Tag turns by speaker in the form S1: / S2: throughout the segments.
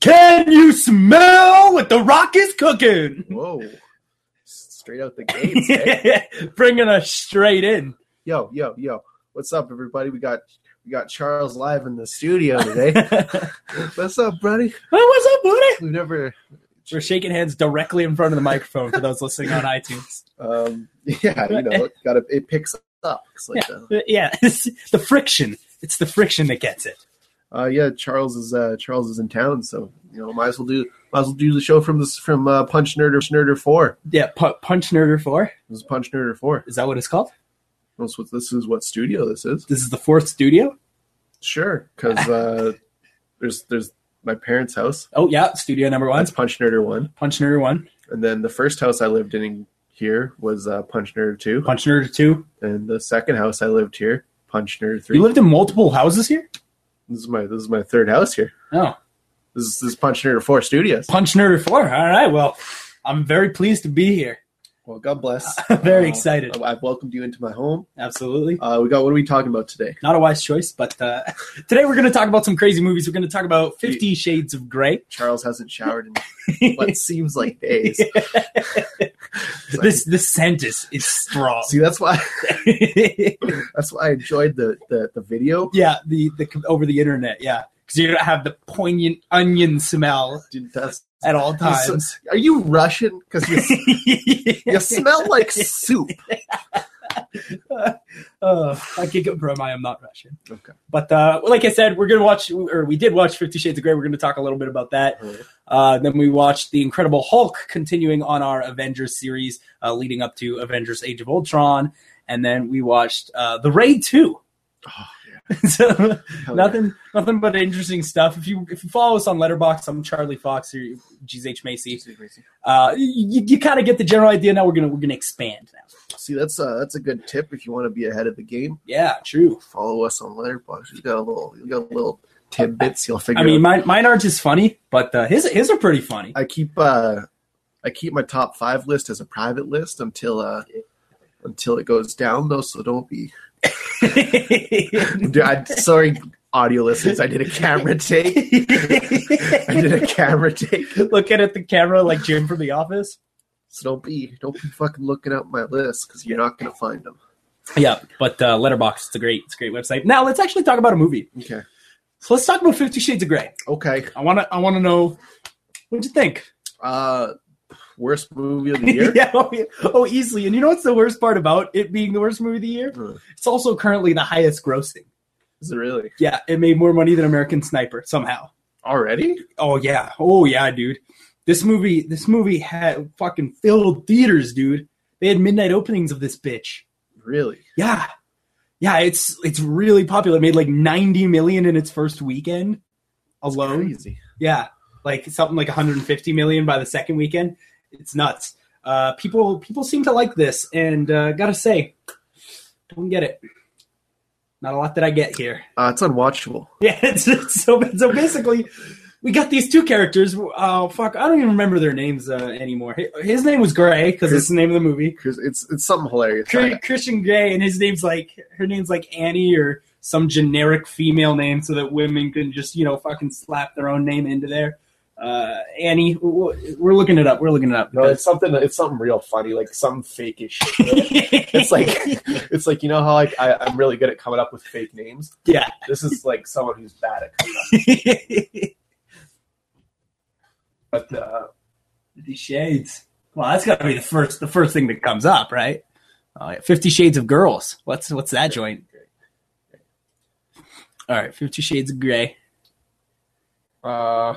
S1: Can you smell what the rock is cooking?
S2: Whoa. Straight out the gates. eh?
S1: Bringing us straight in.
S2: yo, yo, yo. What's up everybody? We got we got Charles live in the studio today.
S1: Hey,
S2: What's up, buddy?
S1: what's up, buddy?
S2: We've never
S1: We're shaking hands directly in front of the microphone for those listening on iTunes.
S2: um yeah, you know, got to it picks up. It's like uh,
S1: Yeah, it's the friction. It's the friction that gets it.
S2: uh, yeah, Charles is uh Charles is in town, so you know, might as well do might as well do the show from this from uh, Punch Nerder Nerder 4.
S1: Yeah, pu- Punch Nerder 4.
S2: This is Punch Nerder 4.
S1: Is that what it's called?
S2: This what this is what studio this is.
S1: This is the fourth studio?
S2: Sure, cuz uh there's there's my parents' house.
S1: Oh, yeah, studio number one.
S2: That's Punch Nerder 1.
S1: Punch Nerder 1.
S2: And then the first house I lived in, in here was uh, Punch Nerd 2.
S1: Punch Nerder 2.
S2: And the second house I lived here, Punch Nerd 3.
S1: You lived in multiple houses here?
S2: this is my this is my third house here.
S1: Oh.
S2: This is, this is Punch Nerd 4 Studios.
S1: Punch Nerder 4. All right, well, I'm very pleased to be here.
S2: Well, God bless.
S1: Very
S2: Uh,
S1: excited.
S2: I've welcomed you into my home.
S1: Absolutely.
S2: Uh, we got what are we talking about today?
S1: Not a wise choice, but uh, today we're going to talk about some crazy movies. We're going to talk about Fifty Shades of Grey.
S2: Charles hasn't showered in what seems like days. It's like-
S1: this this scent is, is strong.
S2: See, that's why that's why I enjoyed the the, the video.
S1: yeah, the the over the internet. Yeah, because you don't have the poignant onion smell
S2: Dude, that's-
S1: at all
S2: that's-
S1: times.
S2: are you Russian? Because you, you smell like soup.
S1: oh, I can confirm I am not Russian.
S2: Okay.
S1: But uh, like I said, we're going to watch, or we did watch Fifty Shades of Grey. We're going to talk a little bit about that. Uh, then we watched The Incredible Hulk, continuing on our Avengers series uh, leading up to Avengers Age of Ultron. And then we watched uh, The Raid 2.
S2: Oh, yeah.
S1: so
S2: Hell yeah.
S1: nothing, nothing but interesting stuff. If you if you follow us on Letterbox, I'm Charlie Fox or GZH Macy. Uh, you you kind of get the general idea. Now we're gonna we're gonna expand now.
S2: See, that's uh, that's a good tip if you want to be ahead of the game.
S1: Yeah, true.
S2: Follow us on Letterboxd. You got a little, you got little tidbits. You'll figure.
S1: I mean,
S2: out.
S1: mine, mine aren't as funny, but uh, his his are pretty funny.
S2: I keep uh, I keep my top five list as a private list until uh, until it goes down though. So don't be. Dude, I, sorry, audio listeners. I did a camera take. I did a camera take.
S1: Looking at the camera like Jim from The Office.
S2: So don't be, don't be fucking looking up my list because you're not gonna find them.
S1: Yeah, but uh, Letterbox, it's a great, it's a great website. Now let's actually talk about a movie.
S2: Okay.
S1: So let's talk about Fifty Shades of Grey.
S2: Okay.
S1: I wanna, I wanna know what'd you think.
S2: Uh, worst movie of the year.
S1: yeah, oh, yeah. oh, easily. And you know what's the worst part about it being the worst movie of the year?
S2: Huh.
S1: It's also currently the highest grossing.
S2: Is it really
S1: Yeah, it made more money than American Sniper somehow.
S2: already?
S1: Oh yeah, oh yeah, dude. This movie, this movie had fucking filled theaters, dude. They had midnight openings of this bitch.
S2: Really?
S1: Yeah. Yeah, it's it's really popular. It made like 90 million in its first weekend alone.
S2: Crazy.
S1: Yeah. Like something like 150 million by the second weekend. It's nuts. Uh, people people seem to like this and uh, got to say don't get it. Not a lot that I get here.
S2: Uh, it's unwatchable.
S1: Yeah, it's, it's so so basically we got these two characters. Oh fuck, I don't even remember their names uh, anymore. Hi- His name was Gray because it's the name of the movie.
S2: Chris, it's it's something hilarious.
S1: Cr- Christian Grey, and his name's like her name's like Annie or some generic female name, so that women can just you know fucking slap their own name into there. Uh, Annie, w- w- we're looking it up. We're looking it up.
S2: No, it's something. It's something real funny, like some fakeish. Shit.
S1: it's
S2: it's like it's like you know how like I, I'm really good at coming up with fake names.
S1: yeah.
S2: This is like someone who's bad at coming up. But uh,
S1: Fifty Shades. Well, that's got to be the first the first thing that comes up, right? Oh, yeah. Fifty Shades of Girls. What's what's that joint? All right, Fifty Shades of Grey.
S2: uh,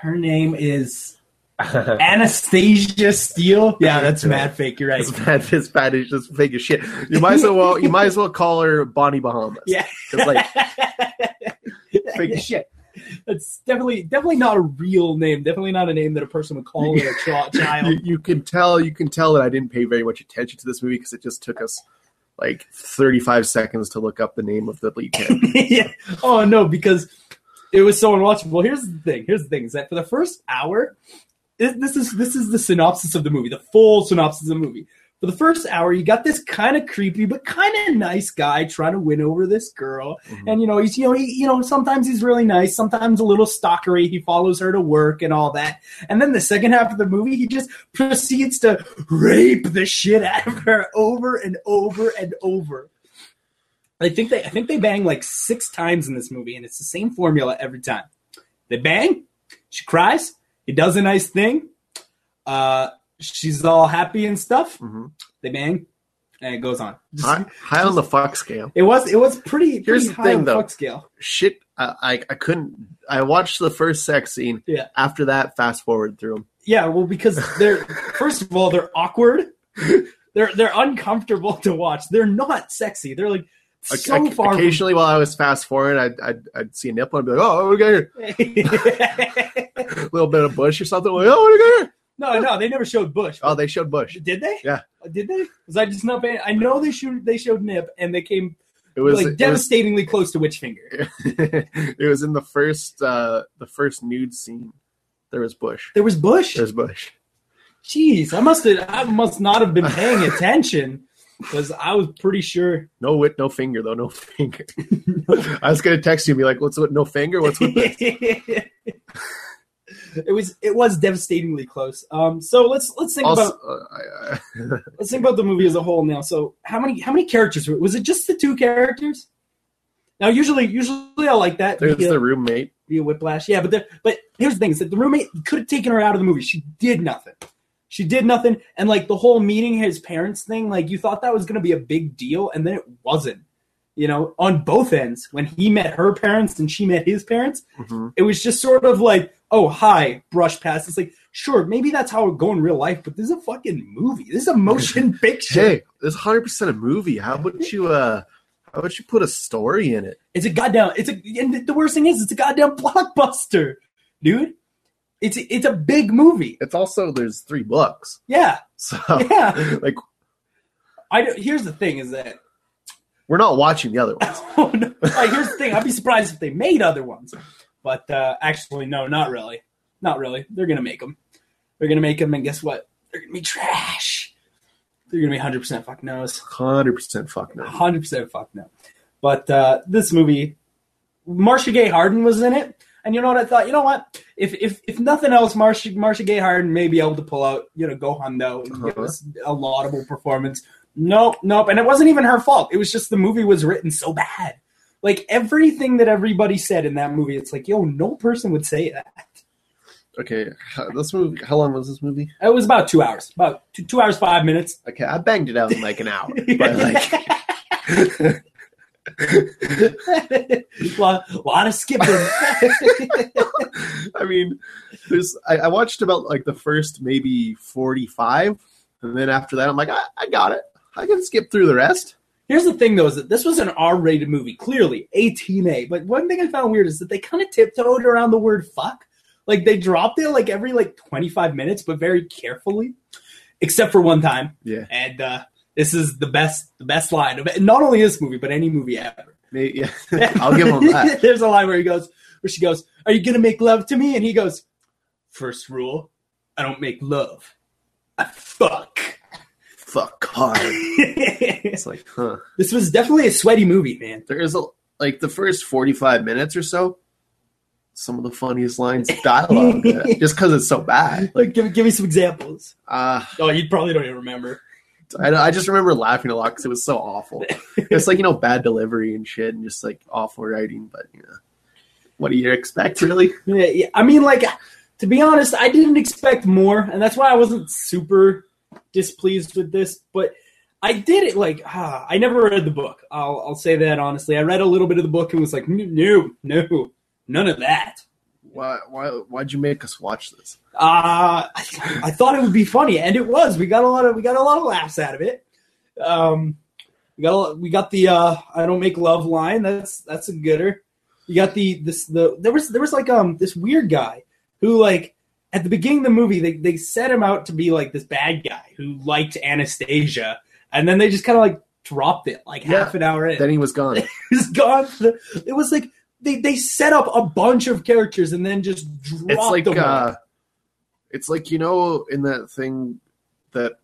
S1: Her name is Anastasia Steele. Yeah, that's mad fake. You're right.
S2: it's bad. It's bad. It's just fake as shit. You might as well. You might as well call her Bonnie Bahamas.
S1: Yeah.
S2: It's like fake as shit.
S1: That's definitely definitely not a real name. Definitely not a name that a person would call their ch- child.
S2: you, you can tell you can tell that I didn't pay very much attention to this movie because it just took us like 35 seconds to look up the name of the lead character.
S1: yeah. Oh no, because it was so unwatchable. Here's the thing. Here's the thing is that for the first hour, this, this is this is the synopsis of the movie, the full synopsis of the movie. For the first hour, you got this kind of creepy but kind of nice guy trying to win over this girl,
S2: Mhm.
S1: and you know he's you know he, you know sometimes he's really nice, sometimes a little stalkery. He follows her to work and all that, and then the second half of the movie, he just proceeds to rape the shit out of her over and over and over. I think they I think they bang like six times in this movie, and it's the same formula every time. They bang, she cries, he does a nice thing, uh, she's all happy and stuff.
S2: Mhm.
S1: They bang, and it goes on. Just-
S2: High, high on the fuck scale.
S1: it was it was pretty.
S2: Here's
S1: pretty
S2: the
S1: high
S2: thing,
S1: on
S2: though.
S1: fuck scale.
S2: Shit, I, I I couldn't. I watched the first sex scene.
S1: Yeah.
S2: After that, fast forward through them.
S1: Yeah, well, because they're first of all they're awkward. They're they're uncomfortable to watch. They're not sexy. They're like so far. from-
S2: occasionally, while I was fast forward, I'd, I'd I'd see a nipple and be like, oh, what do we got here? A little bit of bush or something. Like, oh, what do we got here?
S1: no, no, they never showed Bush.
S2: Oh, they showed bush.
S1: Did they?
S2: Yeah.
S1: Did they? Was I just not paying? I know they showed they showed nip, and they came
S2: It was
S1: like
S2: it was-
S1: devastatingly close to witch finger.
S2: it was in the first uh the first nude scene. There was Bush.
S1: There was Bush.
S2: There's Bush.
S1: Jeez, I must have. I must not have been paying attention because I was pretty sure.
S2: No wit, no finger though. No finger. I was gonna text you and be like, "What's with no finger? What's with?" This?
S1: it was it was devastatingly close. Um, so let's let's think
S2: also,
S1: about
S2: uh, I- I-
S1: let's think about the movie as a whole now. So how many how many characters were, was it? Just the two characters? Now usually usually I like that.
S2: there's
S1: via-
S2: the roommate.
S1: via Whiplash. Yeah, but the, but here's the thing: is that the roommate could have taken her out of the movie. She did nothing. She did nothing, and like the whole meeting his parents thing, like you thought that was going to be a big deal, and then it wasn't. You know, on both ends, when he met her parents and she met his parents,
S2: Mhm.
S1: it was just sort of like, oh, hi, brush past. It's like, sure, maybe that's how it would go in real life, but this is a fucking movie. This is a motion picture.
S2: Hey, this is 100 percent a movie. How about you? uh How about you put a story in it?
S1: It's a goddamn. It's a. And the worst thing is, it's a goddamn blockbuster, dude. It's it's a big movie.
S2: It's also there's three books.
S1: Yeah,
S2: So
S1: yeah.
S2: like
S1: I don't- here's the thing is that
S2: we're not watching the other ones.
S1: oh, no. like, here's the thing. I'd be surprised if they made other ones, but uh, actually, no, not really, not really. They're gonna make them. They're gonna make them, and guess what? They're gonna be trash. They're gonna be hundred percent fuck nose.
S2: 100 percent fuck no.
S1: Hundred percent fuck no. But uh, this movie, Marcia Gay Harden was in it, and you know what I thought? You know what? If if, if nothing else, Marcia Marcia Gay Harden may be able to pull out, you know, Gohan though and give
S2: Uh-huh.
S1: us a laudable performance. Nope, nope, and it wasn't even her fault. It was just the movie was written so bad. Like everything that everybody said in that movie, it's like, yo, no person would say that.
S2: Okay, how- this movie. How long was this movie?
S1: It was about two hours, about two, two hours five minutes.
S2: Okay, I banged it out in like an hour. But like.
S1: lot, lot of skipping.
S2: I mean, there's I, I watched about like the first maybe 45, and then after that, I'm like, I, I got it. I can skip through the rest.
S1: Here's the thing, though, is that this was an R-rated movie, clearly 18A. But one thing I found weird is that they kind of tiptoed around the word "fuck," like they dropped it like every like 25 minutes, but very carefully, except for one time.
S2: Yeah.
S1: And uh, this is the best, the best line of not only this movie but any movie ever.
S2: May- yeah. I'll give them that.
S1: There's a line where he goes, where she goes, "Are you gonna make love to me?" And he goes, first rule, I don't make love, I fuck."
S2: Fuck hard. It's like, huh.
S1: this was definitely a sweaty movie, man.
S2: There is a like the first 45 minutes or so. Some of the funniest lines of dialogue, just because it's so bad.
S1: Like, give, give me some examples.
S2: Uh,
S1: Oh, you probably don't even remember.
S2: I, I just remember laughing a lot because it was so awful. It's like you know bad delivery and shit, and just like awful writing. But you know, what do you expect, really?
S1: Yeah, yeah. I mean, like, to be honest, I didn't expect more, and that's why I wasn't super displeased with this. But I did it like ah, I never read the book. I'll I'll say that honestly. I read a little bit of the book and was like, "N- no, no, none of that.
S2: Why? Why? Why'd you make us watch this?
S1: Uh, I, I thought it would be funny, and it was. We got a lot of we got a lot of laughs out of it. Um, we got a, we got the uh, "I don't make love" line. That's that's a gooder. You got the this the there was there was like um this weird guy who like at the beginning of the movie they they set him out to be like this bad guy who liked Anastasia, and then they just kind of like dropped it like
S2: Yeah.
S1: half an hour in.
S2: Then he was gone.
S1: He's gone. for the- It was like they they set up a bunch of characters and then just dropped
S2: it's like
S1: them. all.
S2: uh, it's like you know in that thing that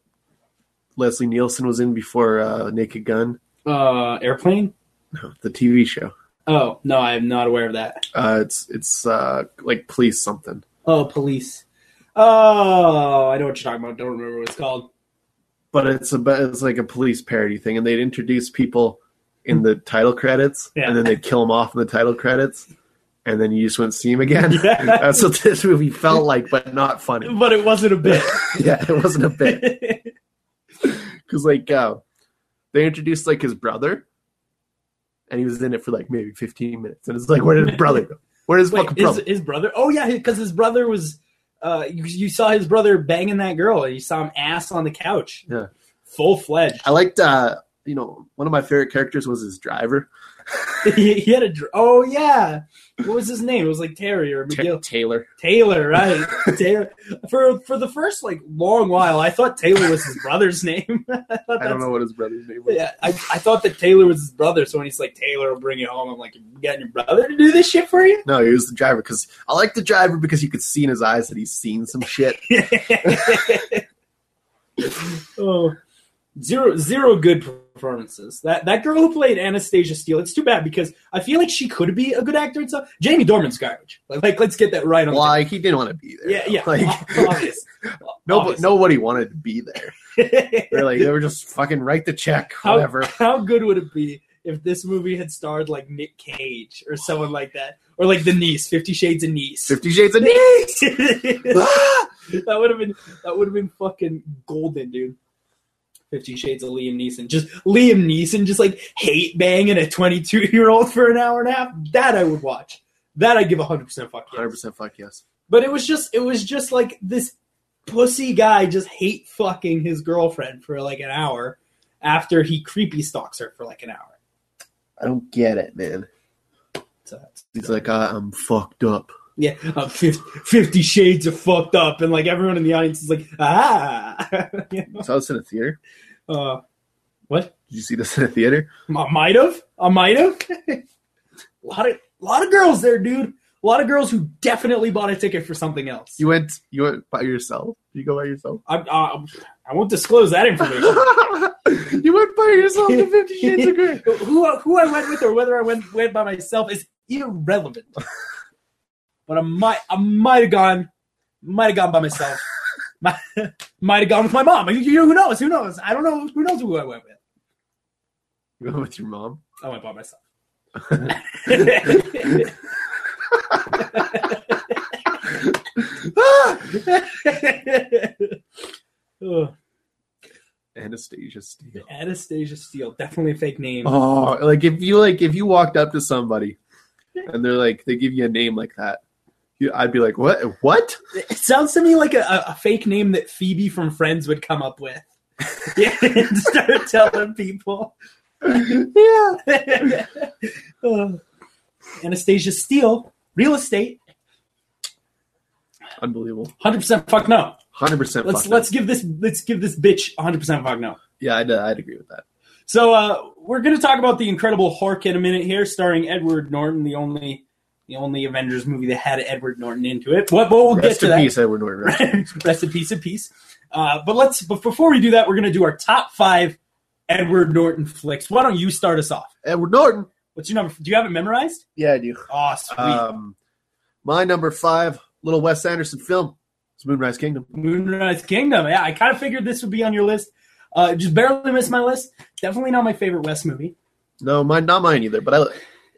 S2: Leslie Nielsen was in before uh, Naked Gun,
S1: uh airplane.
S2: No, the TV show.
S1: Oh no, I'm not aware of that.
S2: Uh, it's it's uh, like police something.
S1: Oh, police. Oh, I know what you're talking about. Don't remember what it's called.
S2: but it's about it's like a police parody thing, and they'd introduce people in the title credits,
S1: Yeah.
S2: and then they'd kill them off in the title credits, and then you just wouldn't see them again.
S1: Yeah.
S2: That's what this movie felt like, but not funny.
S1: But it wasn't a bit.
S2: yeah, it wasn't a bit because like uh, they introduced like his brother, and he was in it for like maybe fifteen minutes, and it's like, where did his brother go? Where did his
S1: Wait,
S2: fucking
S1: his,
S2: brother?
S1: his brother? Oh yeah, because his brother was. Uh, you, you saw his brother banging that girl, and you saw him ass on the couch.
S2: Yeah.
S1: full fledged.
S2: I liked uh, you know one of my favorite characters was his driver,
S1: he, he had a. dr- Oh yeah, what was his name? It was like Terry or
S2: Ta-
S1: McGill.
S2: Taylor.
S1: Taylor, right? Taylor. For for the first like long while, I thought Taylor was his brother's name. I, thought
S2: I
S1: that's-
S2: don't know what his brother's name was.
S1: Yeah, I, I thought that Taylor was his brother. So when he's like, Taylor will bring you home, I'm like, you got your brother to do this shit for you?
S2: No, he was the driver because I like the driver because you could see in his eyes that he's seen some shit.
S1: oh, zero zero good performances. That that girl who played Anastasia Steele. It's too bad because I feel like she could be a good actor and stuff. Jamie Dorman's garbage. Like, like let's get that right on.
S2: Like he didn't want to be
S1: the yeah,
S2: there.
S1: yeah.
S2: Like
S1: obvious.
S2: nobody,
S1: Obvious.
S2: nobody wanted to be there. They're like they were just fucking write the check,
S1: How-
S2: whatever.
S1: How good would it be if this movie had starred like Nick Cage or someone like that, or like the niece, Fifty Shades of Niece.
S2: Fifty Shades of Nice. Ah!
S1: that would have been that would have been fucking golden, dude. Fifty Shades of Liam Neeson. Just Liam Neeson just like hate banging a twenty two year old for an hour and a half. That I would watch. That I'd give hundred percent fuck yes.
S2: Hundred percent. Fuck yes.
S1: But it was just it was just like this pussy guy just hate fucking his girlfriend for like an hour after he creepy stalks her for like an hour.
S2: I don't get it, man.
S1: So that's-
S2: He's like, uh, I'm fucked up.
S1: yeah, uh, 50, 50 shades of fucked up, and like everyone in the audience is like, ah. You know?
S2: So I was in a theater.
S1: uh,
S2: Did you see this in a theater?
S1: I might have. I might have. a lot of lot of girls there, dude. A lot of girls who definitely bought a ticket for something else.
S2: You went. You went by yourself. Did you go by yourself?
S1: I, I, I won't disclose that information.
S2: you went by yourself to Fifty Shades of Grey.
S1: who who I went with or whether I went went by myself is irrelevant. But I might I might have gone might have gone by myself. might might have gone with my mom. You, you- who knows? Who knows? I don't know. Who knows who I went with?
S2: You went with your mom.
S1: I went by myself. Ugh.
S2: Anastasia Steele.
S1: Anastasia Steele, definitely a fake name.
S2: Oh, like if you like if you walked up to somebody and they're like they give you a name like that, you, I'd be like, what? What?
S1: It sounds to me like a, a, a fake name that Phoebe from Friends would come up with. yeah, and start telling people.
S2: yeah.
S1: Ugh. Uh, Anastasia Steele, real estate,
S2: Unbelievable.
S1: hundred percent. Fuck no.
S2: Hundred percent.
S1: Let's let's give this let's give this bitch hundred percent. Fuck no.
S2: Yeah, I'd, uh, I'd agree with that.
S1: So uh, we're going to talk about the Incredible Hulk in a minute here, starring Edward Norton, the only the only Avengers movie that had Edward Norton into it. What? But we'll
S2: Rest
S1: get
S2: in
S1: to
S2: peace, Edward Norton. Rest in
S1: that. Rest in peace, in peace. Uh, but let's. But before we do that, we're going to do our top five Edward Norton flicks. Why don't you start us off?
S2: Edward Norton.
S1: What's your number? Do you have it memorized?
S2: Yeah, I do.
S1: Oh, sweet.
S2: Um, my number five, little Wes Anderson film, is Moonrise Kingdom.
S1: Moonrise Kingdom. Yeah, I kind of figured this would be on your list. Uh, just barely missed my list. Definitely not my favorite West movie.
S2: No, mine, not mine either. But I,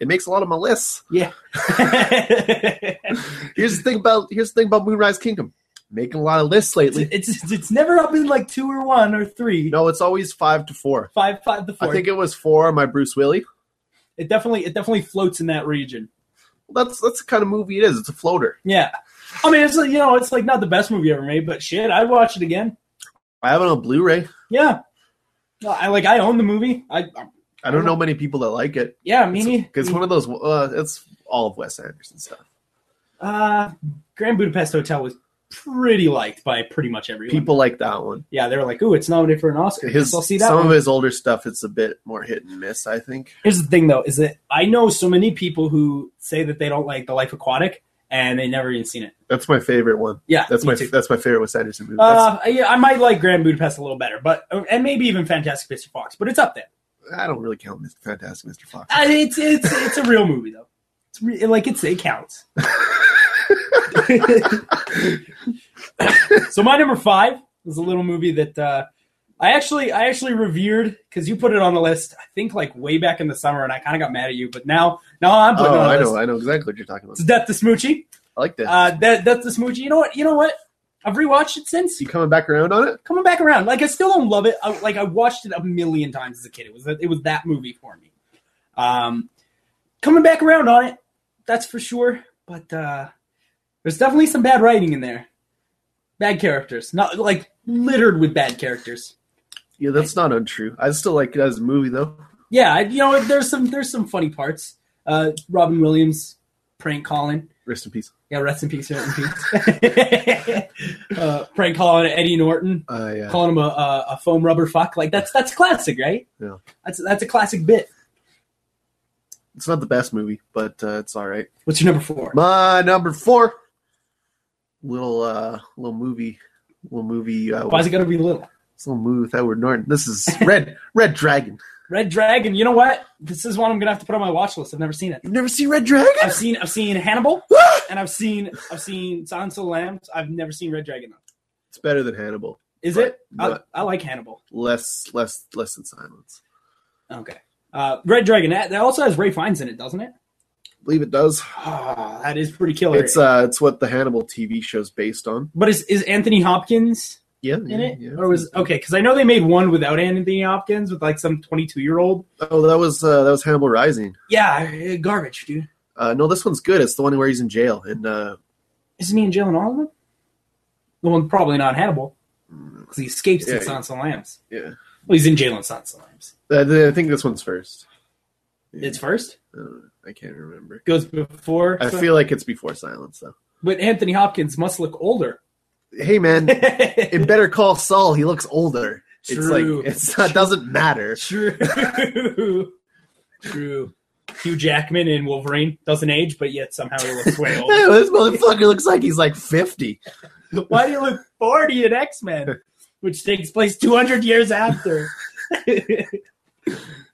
S2: it makes a lot of my lists.
S1: Yeah.
S2: Here's the thing about here's the thing about Moonrise Kingdom, making a lot of lists lately.
S1: It's, it's it's never up in like two or one or three.
S2: No, it's always five to four.
S1: Five five the four.
S2: I think it was four. My Bruce Willie.
S1: it definitely it definitely floats in that region.
S2: that's that's the kind of movie it is. It's a floater.
S1: Yeah. I mean it's like, you know, it's like not the best movie ever made, but shit, I'd watch it again.
S2: I have it on Blu-ray.
S1: Yeah. No, I like I own the movie. I I'm-
S2: I don't know many people that like it.
S1: Yeah,
S2: It's,
S1: me.
S2: it's one of those. Uh, it's all of Wes Anderson stuff.
S1: uh, Grand Budapest Hotel was pretty liked by pretty much everyone.
S2: People like that one.
S1: Yeah, they were like, "Ooh, it's nominated for an Oscar."
S2: His
S1: I'll see that.
S2: some
S1: one.
S2: of his older stuff. It's a bit more hit and miss. I think.
S1: Here's the thing, though, is that I know so many people who say that they don't like The Life Aquatic and they never even seen it.
S2: That's my favorite one.
S1: Yeah,
S2: That's
S1: me
S2: my
S1: too.
S2: that's my favorite Wes Anderson movie. That's-
S1: Uh, yeah, I might like Grand Budapest a little better, but and maybe even Fantastic Mr. Fox, but it's up there.
S2: I don't really count Mr. Fantastic Mr. Fox.
S1: I, it's it's it's a real movie though. It's re- like it's it counts. so my number five is a little movie that uh, I actually I actually revered because you put it on the list. I think like way back in the summer, and I kind of got mad at you, but now now I'm putting
S2: oh,
S1: it on the
S2: I
S1: list.
S2: know, I know exactly what you're talking about.
S1: It's Death to Smoochie.
S2: I like that.
S1: Uh, that that's the Smoochie. You know what? You know what? I've rewatched it since.
S2: you coming back around on it?
S1: coming back around. Like I still don't love it. I, like I watched it a million times as a kid. It was it was that movie for me. Um, coming back around on it, that's for sure. But uh, there's definitely some bad writing in there, bad characters, not like littered with bad characters.
S2: Yeah, that's not untrue. I still like it as a movie though.
S1: Yeah, I- you know there's some there's some funny parts. Uh, Robin Williams prank calling.
S2: Rest in peace.
S1: Yeah, rest in peace. Rest in peace. uh, prank calling Eddie Norton.
S2: Uh, yeah.
S1: calling him a, a, a foam rubber fuck. Like that's that's classic, right?
S2: Yeah.
S1: That's that's a classic bit.
S2: It's not the best movie, but uh, it's all right.
S1: What's your number four?
S2: My number four, little uh, little movie, little movie. Uh,
S1: Why's it gonna be little?
S2: it's a little movie with Edward Norton. This is Red Red Dragon.
S1: Red Dragon. You know what? This is one I'm gonna have to put on my watch list. I've never seen it.
S2: You've never seen Red Dragon?
S1: I've seen I've seen Hannibal, and I've seen I've seen Silence of the Lambs. I've never seen Red Dragon. though.
S2: It's better than Hannibal.
S1: Is
S2: Right,
S1: it? I,
S2: but-
S1: I like Hannibal.
S2: Less less less than Silence.
S1: Okay. Uh, Red Dragon. That, that also has Ray Fiennes in it, doesn't it?
S2: I believe it does.
S1: Oh, that is pretty killer.
S2: It's uh, it's what the Hannibal TV show's based on.
S1: but is is Anthony Hopkins
S2: Yeah,
S1: in
S2: yeah,
S1: it,
S2: yeah.
S1: or was okay? Because I know they made one without Anthony Hopkins with like some 22 year old.
S2: oh that was uh, that was Hannibal Rising.
S1: Yeah, uh, garbage, dude.
S2: Uh, no, this one's good. It's the one where he's in jail and uh,
S1: Isn't he in jail in all of them? The one probably not Hannibal because he escapes
S2: Yeah,
S1: in
S2: he-
S1: Silence of the Lambs.
S2: yeah.
S1: Well, he's in jail in Silence of the Lambs.
S2: I I think this one's first. Yeah.
S1: It's first
S2: Uh, I can't remember.
S1: goes before.
S2: I
S1: so-
S2: feel like it's before Silence though.
S1: but Anthony Hopkins must look older.
S2: Hey man, in
S1: True.
S2: Better Call Saul, he looks older. It's
S1: True.
S2: like it's not, it doesn't matter.
S1: True. True. Hugh Jackman in Wolverine doesn't age, but yet somehow he looks way older.
S2: Hey, this motherfucker looks like he's like fifty.
S1: Why do you look 40 in X Men, which takes place 200 years after?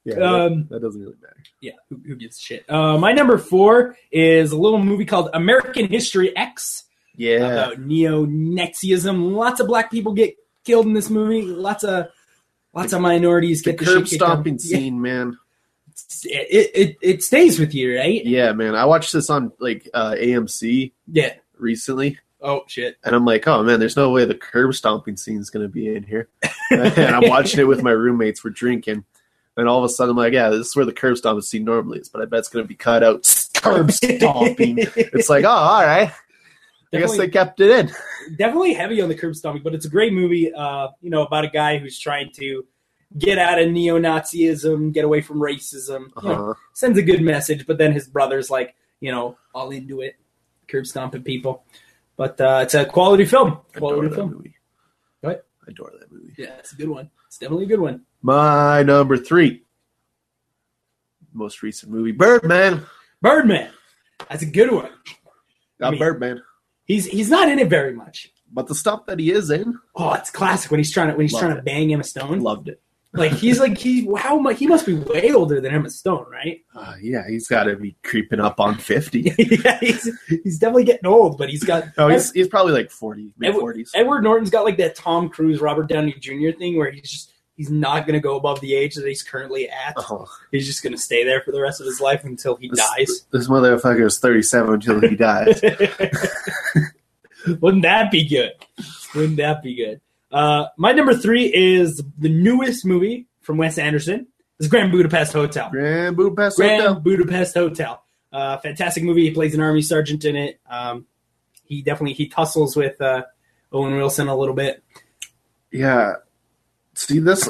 S2: Yeah,
S1: Um,
S2: that, that doesn't really matter.
S1: yeah, who, who gives a shit? Uh, my number four is a little movie called American History X
S2: Yeah,
S1: about neo-Nazism. Lots of black people get killed in this movie. Lots of lots of minorities
S2: the
S1: get the shit
S2: curb
S1: kicked out of them.
S2: stomping scene, man.
S1: Yeah, it, it it stays with you, right?
S2: Yeah, man. I watched this on like uh, AMC
S1: Yeah.
S2: recently,
S1: Oh shit.
S2: and I'm like, oh man, there's no way the curb stomping scene's gonna be in here. and I'm watching it with my roommates. We're drinking. And all of a sudden, I'm like, yeah, this is where the curb stomping scene normally is, but I bet it's going to be cut out. Curb stomping. it's like, oh, all right. I guess they
S1: Definitely-
S2: kept it in.
S1: definitely heavy on the curb stomping, but it's a great movie. Uh, you know, about a guy who's trying to get out of neo-Nazism, get away from racism. You know,
S2: Uh-huh.
S1: sends a good message, but then his brother's like, you know, all into it, curb stomping people. But uh, it's a quality film.
S2: Adore
S1: Quality
S2: that
S1: film.
S2: movie.
S1: What?
S2: Adore that movie.
S1: Yeah, it's a good one. It's definitely a good one.
S2: My number three, most recent movie, Birdman.
S1: Birdman. That's a good one.
S2: Not
S1: I mean-
S2: Birdman,
S1: He's he's not in it very much.
S2: but the stuff that he is in,
S1: Oh, it's classic when he's trying to when he's
S2: Love
S1: trying to
S2: it.
S1: bang Emma Stone.
S2: loved it.
S1: Like he's like he how much he must be way older than Emma Stone, right?
S2: Uh, yeah, he's got to be creeping up on fifty.
S1: yeah, he's he's definitely getting old, but he's got
S2: oh, he's, he's probably like forty, mid
S1: Edward-
S2: forties.
S1: Edward Norton's got like that Tom Cruise, Robert Downey Jr. thing where he's just he's not gonna go above the age that he's currently at.
S2: Oh,
S1: He's just going to stay there for the rest of his life until he
S2: this,
S1: dies.
S2: this motherfucker is thirty-seven until he dies.
S1: Wouldn't that be good? Wouldn't that be good? Uh, my number three is the newest movie from Wes Anderson. It's Grand Budapest Hotel.
S2: Grand Budapest
S1: Grand
S2: Hotel.
S1: Budapest Hotel. Uh, fantastic movie. He plays an army sergeant in it. Um, he definitely he tussles with uh, Owen Wilson a little bit.
S2: Yeah. See this.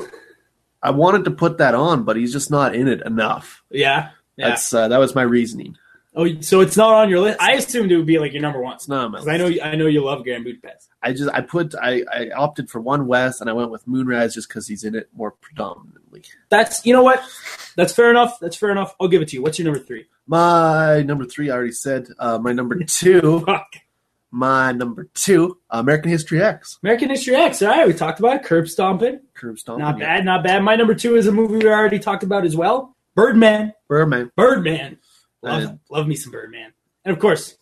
S2: I wanted to put that on, but he's just not in it enough.
S1: Yeah. Yeah.
S2: That's uh, that was my reasoning.
S1: oh, so it's not on your list. I assumed it would be like your number one.
S2: It's not on my
S1: 'Cause I know I know you love Grand Budapest.
S2: I just I put I, I opted for one West and I went with Moonrise just because he's in it more predominantly.
S1: That's you know what? That's fair enough. That's fair enough. I'll give it to you. What's your number three?
S2: My number three, I already said. Uh, my number two,
S1: Fuck.
S2: my number two, American History X.
S1: American History X. All right, we talked about it. Curb stomping.
S2: Curb Stomp.
S1: Not bad, not bad. My number two is a movie we already talked about as well. Birdman.
S2: Birdman.
S1: Birdman. Love,
S2: Uh,
S1: love me some Birdman. And of course,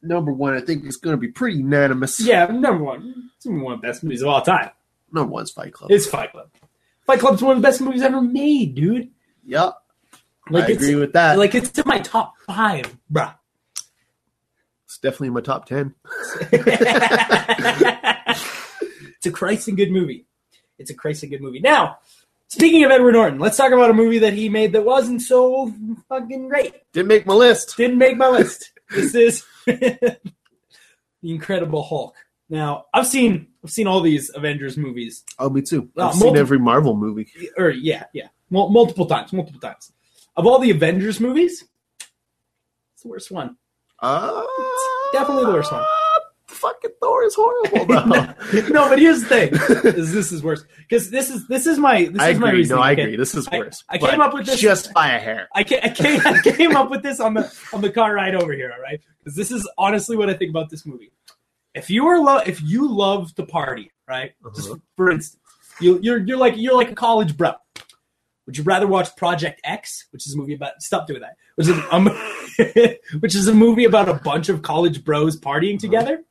S2: Number one, I think it's going to be pretty unanimous.
S1: yeah, number one. It's one of the best movies of all time.
S2: Number one's Fight Club.
S1: It's Fight Club. Fight Club's one of the best movies ever made, dude.
S2: yeah,
S1: Like
S2: I
S1: it's
S2: agree with that.
S1: like it's in my top five, bruh.
S2: it's definitely in my top ten.
S1: it's a Christ and good movie. It's a Christ and good movie. Now, speaking of Edward Norton, let's talk about a movie that he made that wasn't so fucking great.
S2: Didn't make my list.
S1: Didn't make my list. This is The Incredible Hulk. Now, I've seen I've seen all these Avengers movies.
S2: Oh, me too.
S1: Uh,
S2: I've seen
S1: multi-
S2: every Marvel movie.
S1: Or yeah, yeah. Mul- multiple times, multiple times. Of all the Avengers movies, it's the worst one.
S2: Uh,
S1: definitely the worst one.
S2: Fucking Thor is horrible though.
S1: no, but here's the thing: is this is worse because this is this is my this
S2: I
S1: is my
S2: agree.
S1: reasoning.
S2: No, I
S1: okay?
S2: agree. This is
S1: I-
S2: worse.
S1: I came
S2: But
S1: up with this-
S2: just by a hair.
S1: I came, I came I came up with this on the on the car ride over here. All right, because this is honestly what I think about this movie. If you are lo- if you love to party, right? Just
S2: Uh-huh.
S1: for instance, you, you're you're like you're like a college bro. Would you rather watch Project X, which is a movie about stop doing that, which is um, which is a movie about a bunch of college bros partying together,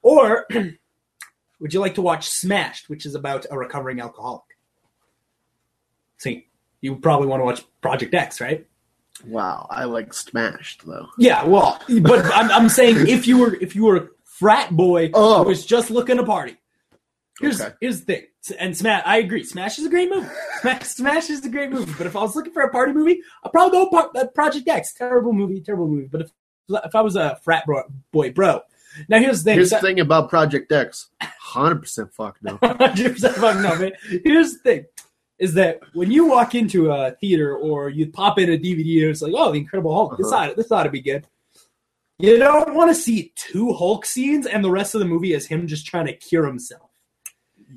S1: or would you like to watch Smashed, which is about a recovering alcoholic? See, you probably want to watch Project X, right?
S2: Wow, I like smashed though.
S1: Yeah, well, but I'm, I'm saying if you were if you were a frat boy
S2: Oh.
S1: who was just looking to party. Here's
S2: Okay.
S1: here's the thing, and Smash. I agree. Smash is a great movie. Smash, Smash is a great movie. But if I was looking for a party movie, I'd probably go par- uh, Project X. Terrible movie, terrible movie. But if if I was a frat bro, boy, bro. Now here's the thing.
S2: Here's the
S1: So-
S2: thing about Project X. Hundred percent fuck no.
S1: 100% fucking no, man. Here's the thing is that when you walk into a theater or you pop in a DVD and it's like, oh, The Incredible Hulk, this,
S2: Uh-huh.
S1: ought, this ought to be good. You don't want to see two Hulk scenes and the rest of the movie is him just trying to cure himself.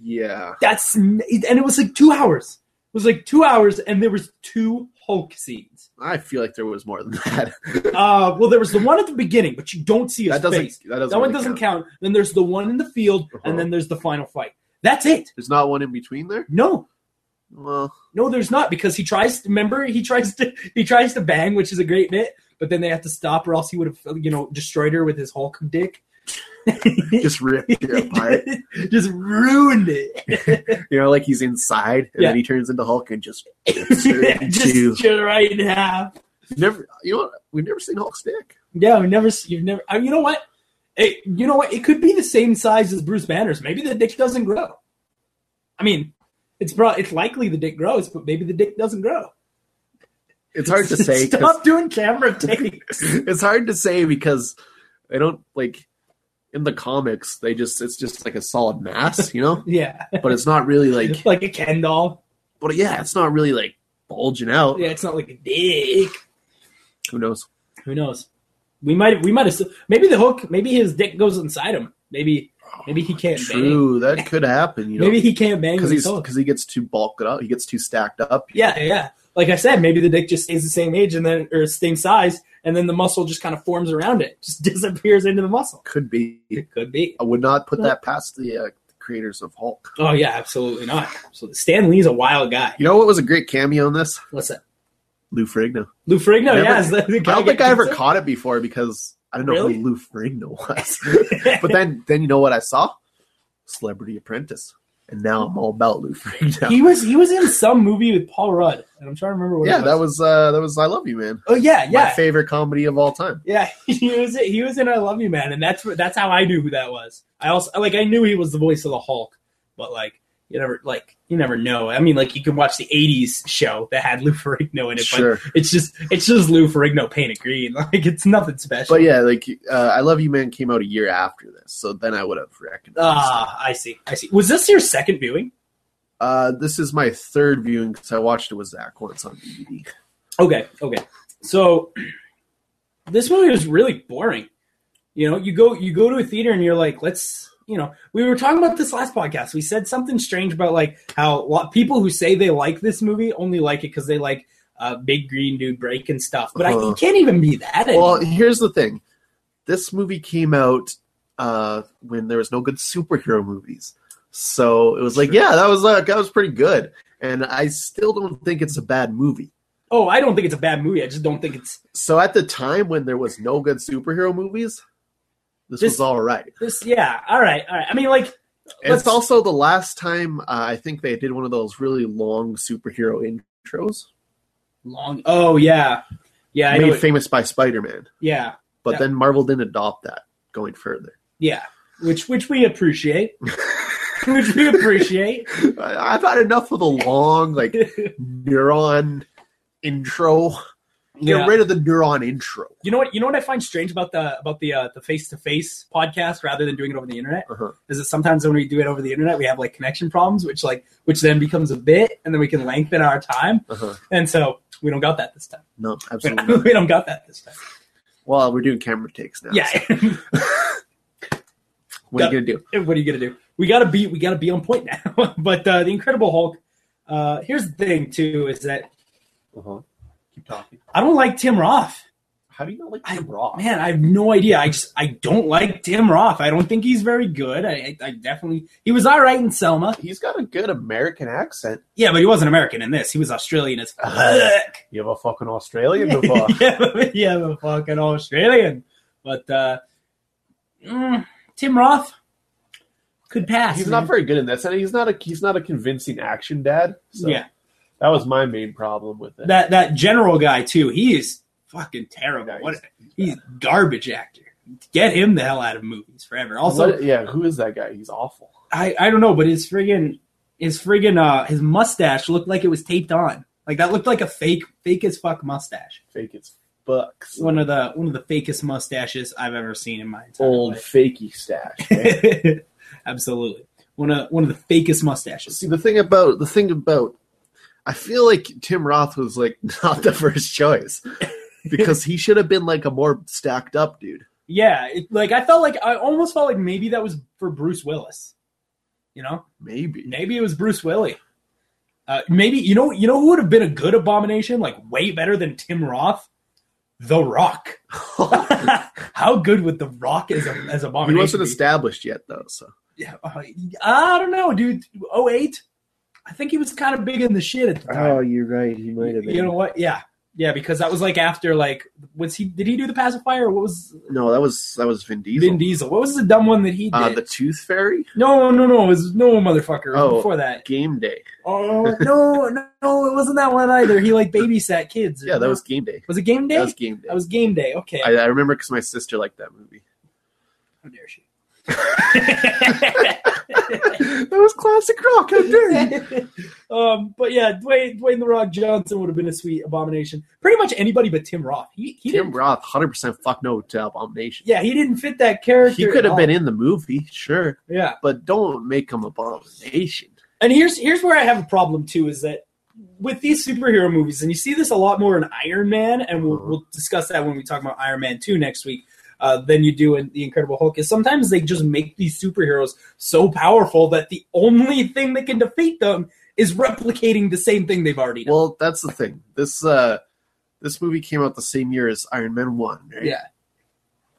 S2: Yeah.
S1: That's n- and it was like two hours. It was like two hours and there was two Hulk scenes.
S2: I feel like there was more than that. that
S1: Uh, well, there was the one at the beginning, but you don't see his
S2: doesn't
S1: face.
S2: that doesn't
S1: That one
S2: really
S1: doesn't count. Then there's the one in the field,
S2: Uh-huh.
S1: and then there's the final fight. That's it.
S2: There's not one in between there?
S1: No,
S2: Well
S1: No, there's not because he tries. Remember, he tries to he tries to bang, which is a great bit, but then they have to stop, or else he would have you know destroyed her with his Hulk dick.
S2: just ripped it apart.
S1: just ruined it.
S2: You know, like he's inside and
S1: Yeah.
S2: then he turns into Hulk and just rips it in two.
S1: just shit right in half.
S2: never you know what? We've never seen Hulk stick.
S1: Yeah, we never. s- You've never. I, you know what? It, you know what? It could be the same size as Bruce Banner's. Maybe the dick doesn't grow. I mean, it's pro- it's likely the dick grows, but maybe the dick doesn't grow.
S2: It's hard to say 'cause-
S1: Stop doing camera takes.
S2: it's hard to say because I don't like in the comics they just it's just like a solid mass, you know?
S1: yeah,
S2: But it's not really like
S1: like a Ken doll.
S2: but yeah, it's not really like bulging out.
S1: Yeah, it's not like a dick.
S2: Who knows?
S1: Who knows? We might we might have still- maybe the hook maybe his dick goes inside him. Maybe maybe he can't bang.
S2: True, that could happen. You know,
S1: Maybe he can't bang
S2: because
S1: with his
S2: he's
S1: hook.
S2: because he gets too bulked up, he gets too stacked up.
S1: Yeah, yeah. Like I said, maybe the dick just stays the same age and then or same size, and then the muscle just kind of forms around it, just disappears into the muscle.
S2: Could be.
S1: It could be.
S2: I would not put that past the, uh, creators of Hulk.
S1: Oh yeah, absolutely not. Absolutely. Stan Lee's a wild guy.
S2: You know what was a great cameo in this?
S1: What's that?
S2: Lou Ferrigno.
S1: Lou Ferrigno,
S2: Never-
S1: yeah. is the- the
S2: I
S1: guy
S2: don't think
S1: that
S2: I ever
S1: gets it?
S2: caught it before because I don't know
S1: Really?
S2: who Lou Ferrigno was. but then, then you know what I saw? Celebrity Apprentice, and now I'm all about Lou Ferrigno.
S1: He was he was in some movie with Paul Rudd, and I'm trying to remember what.
S2: yeah,
S1: it
S2: that was uh, that was I Love You Man,
S1: Oh yeah, yeah.
S2: my favorite comedy of all time.
S1: Yeah, he was he was in I Love You Man, and that's wh- that's how I knew who that was. I also like I knew he was the voice of the Hulk, but like you never like you never know. I mean, like you can watch the '80s show that had Lou Ferrigno in it,
S2: Sure.
S1: but it's just it's just Lou Ferrigno painted green. Like it's nothing special.
S2: But yeah, like uh, I Love You Man came out a year after this, so then I would have recognized.
S1: ah, I see, I see. Was this your second viewing?
S2: Uh, this is my third viewing because I watched it with Zach once on DVD.
S1: Okay, okay. So this movie was really boring. You know, you go you go to a theater and you're like, let's you know, we were talking about this last podcast. We said something strange about like how lo- people who say they like this movie only like it because they like uh, big green dude breaking stuff. But I
S2: Uh-huh.
S1: it can't even be that. anymore.
S2: Well, here's the thing: this movie came out uh, when there was no good superhero movies, so it was like, yeah, that was uh, that was pretty good, and I still don't think it's a bad movie.
S1: oh, I don't think it's a bad movie. I just don't think it's
S2: So at the time when there was no good superhero movies, this,
S1: This-
S2: was all right.
S1: this. Yeah, all right, all right. I mean, like let's-
S2: It's also the last time uh, I think they did one of those really long superhero intros,
S1: long. Oh yeah, yeah, I know
S2: made
S1: it-
S2: famous by Spider-Man.
S1: yeah,
S2: But
S1: Yeah.
S2: then Marvel didn't adopt that going further.
S1: yeah. Which which we appreciate. which we appreciate.
S2: I- I've had enough of the long, like neuron intro. Get
S1: Yeah.
S2: rid of the neuron intro.
S1: You know what? You know what I find strange about the about the uh, the face to face podcast rather than doing it over the internet
S2: Uh-huh.
S1: is that sometimes when we do it over the internet we have like connection problems, which like which then becomes a bit, and then we can lengthen our time,
S2: Uh-huh.
S1: and so we don't got that this time.
S2: No, absolutely. not.
S1: we don't got that this time.
S2: well, we're doing camera takes now. so
S1: Yeah,
S2: what are you gonna do?
S1: what are you gonna do? We gotta be we gotta be on point now. but uh, the Incredible Hulk. Uh, here's the thing too is that
S2: Uh-huh. Keep talking.
S1: I don't like Tim Roth.
S2: How do you not like
S1: I-
S2: raw?
S1: Man, I have no idea. I just I don't like Tim Roth. I don't think he's very good. I I, I definitely he was all right in Selma.
S2: He's got a good American accent.
S1: Yeah, but he wasn't American in this. He was Australian as fuck.
S2: You have a fucking Australian
S1: yeah, but- yeah, but fucking Australian. But uh, mm, Tim Roth could pass.
S3: He's
S1: man.
S3: not very good in this, and he's not a he's not a convincing action dad. So
S1: yeah,
S3: that was my main problem with it.
S1: that that general guy too. He is fucking terrible.
S3: Yeah,
S1: what
S3: he's-
S1: he's garbage actor. Get him the hell out of movies forever. Also,
S3: What- yeah, who is that guy? He's awful.
S1: I, I don't know, but his friggin' his friggin' uh his mustache looked like it was taped on. Like that looked like a fake fake as fuck mustache.
S3: Fake as bucks.
S1: One of the one of the fakest mustaches I've ever seen in my entire
S3: old
S1: life.
S3: fakey stash. man.
S1: Absolutely. One of one of the fakest mustaches.
S2: See the thing about the thing about I feel like Tim Roth was like not the first choice. Because he should have been like a more stacked up dude.
S1: Yeah, it, like I felt like I almost felt like maybe that was for Bruce Willis. You know,
S2: Maybe.
S1: maybe it was Bruce Willie. Uh, maybe you know you know who would have been a good abomination, like way better than Tim Roth, The Rock. Oh, How good would The Rock as a as a
S2: he
S1: bomber?
S2: wasn't established yet though, so
S1: uh, I don't know, dude. 08? I think he was kind of big in the shit at the time.
S2: Oh, you're right. He might
S1: you know what? Yeah, yeah. Because that was like after like was he? Did he do the pacifier? Or what was
S2: No, that was that was Vin Diesel.
S1: Vin Diesel? What was the dumb one that he did?
S2: Uh, the Tooth Fairy
S1: no, no, no. It was no motherfucker. It was
S2: Oh.
S1: before that.
S2: Game Day.
S1: Oh no, no, no, it wasn't that one either. He like babysat kids.
S2: Yeah, that was Game Day.
S1: was it game day.
S2: That was Game Day.
S1: That was game day. Okay.
S2: I, I remember because my sister liked that movie.
S1: How dare she?
S2: that was classic rock. How dare you?
S1: um, but yeah, Dwayne Dwayne the Rock Johnson would have been a sweet abomination. Pretty much anybody but Tim Roth. He, he
S2: Tim
S1: didn't,
S2: Roth, hundred percent fuck no to abomination.
S1: yeah, he didn't fit that character.
S2: he could have been in the movie, sure,
S1: Yeah,
S2: but don't make him abomination.
S1: and here's here's where I have a problem too is that with these superhero movies, and you see this a lot more in Iron Man, and we'll,
S2: Mhm.
S1: we'll discuss that when we talk about Iron Man two next week. Uh, than you do in the Incredible Hulk is sometimes they just make these superheroes so powerful that the only thing that can defeat them is replicating the same thing they've already done.
S2: Well, that's the thing. This uh, this movie came out the same year as Iron Man One. Right?
S1: Yeah.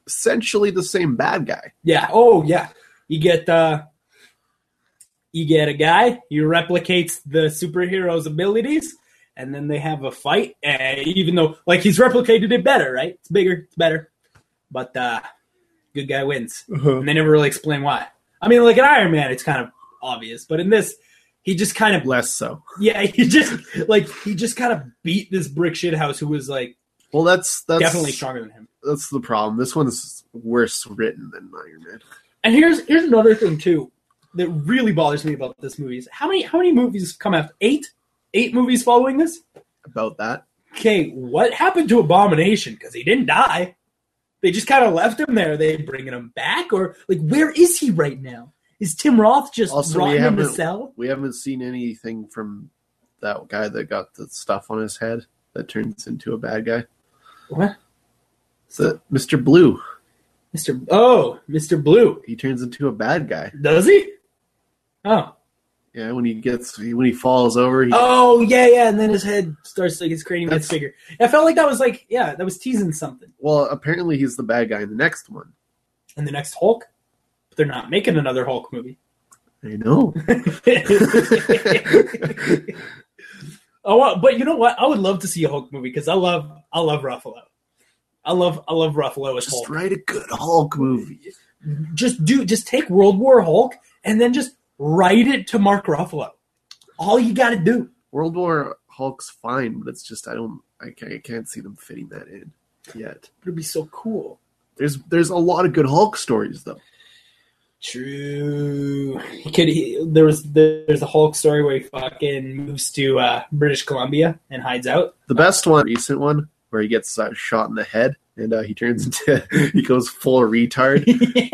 S2: essentially the same bad guy.
S1: Yeah. Oh, yeah. You get uh, you get a guy. He replicates the superhero's abilities, and then they have a fight. And even though, like, he's replicated it better, right? It's bigger. It's better. But uh, good guy wins, and they never really explain why. I mean, like in Iron Man, it's kind of obvious, but in this, he just kind of
S2: Less so.
S1: yeah, he just like he just kind of beat this brick shit house who was like
S2: Well, that's that's
S1: definitely stronger than him.
S2: that's the problem. This one's worse written than Iron Man.
S1: And here's here's another thing too that really bothers me about this movie is how many how many movies come after eight eight movies following this.
S2: About that,
S1: Okay, what happened to Abomination? Because he didn't die. They just kind of left him there. Are they bringing him back or like where is he right now? Is Tim Roth just
S2: Also, we
S1: rotting in the
S2: haven't-
S1: cell?
S2: We haven't seen anything from that guy that got the stuff on his head that turns into a bad guy.
S1: What?
S2: It's that Mr. Blue.
S1: Mr. Oh, Mr. Blue.
S2: He turns into a bad guy.
S1: Does he? Oh.
S2: Yeah, when he gets when he falls over, he,
S1: Oh, yeah, yeah. And then his head starts, like, his cranium gets
S2: That's-
S1: bigger. I felt like that was, like, yeah, that was teasing something.
S2: well, apparently he's the bad guy in the next one.
S1: And the next Hulk? But they're not making another Hulk movie.
S2: I know.
S1: oh, well, but you know what? I would love to see a Hulk movie because I love, I love Ruffalo. I love, I love Ruffalo as Hulk.
S2: Just write a good Hulk movie.
S1: just do just take World War Hulk and then just write it to Mark Ruffalo. All you got to do.
S2: World War Hulk's fine, but it's just I don't I can't, I can't see them fitting that in yet.
S1: It'd be so cool.
S2: There's there's a lot of good Hulk stories though.
S1: True. He could. He, there was there's a Hulk story where he fucking moves to uh, British Columbia and hides out.
S2: The best one, recent one, where he gets uh, shot in the head and uh, he turns into he goes full retard.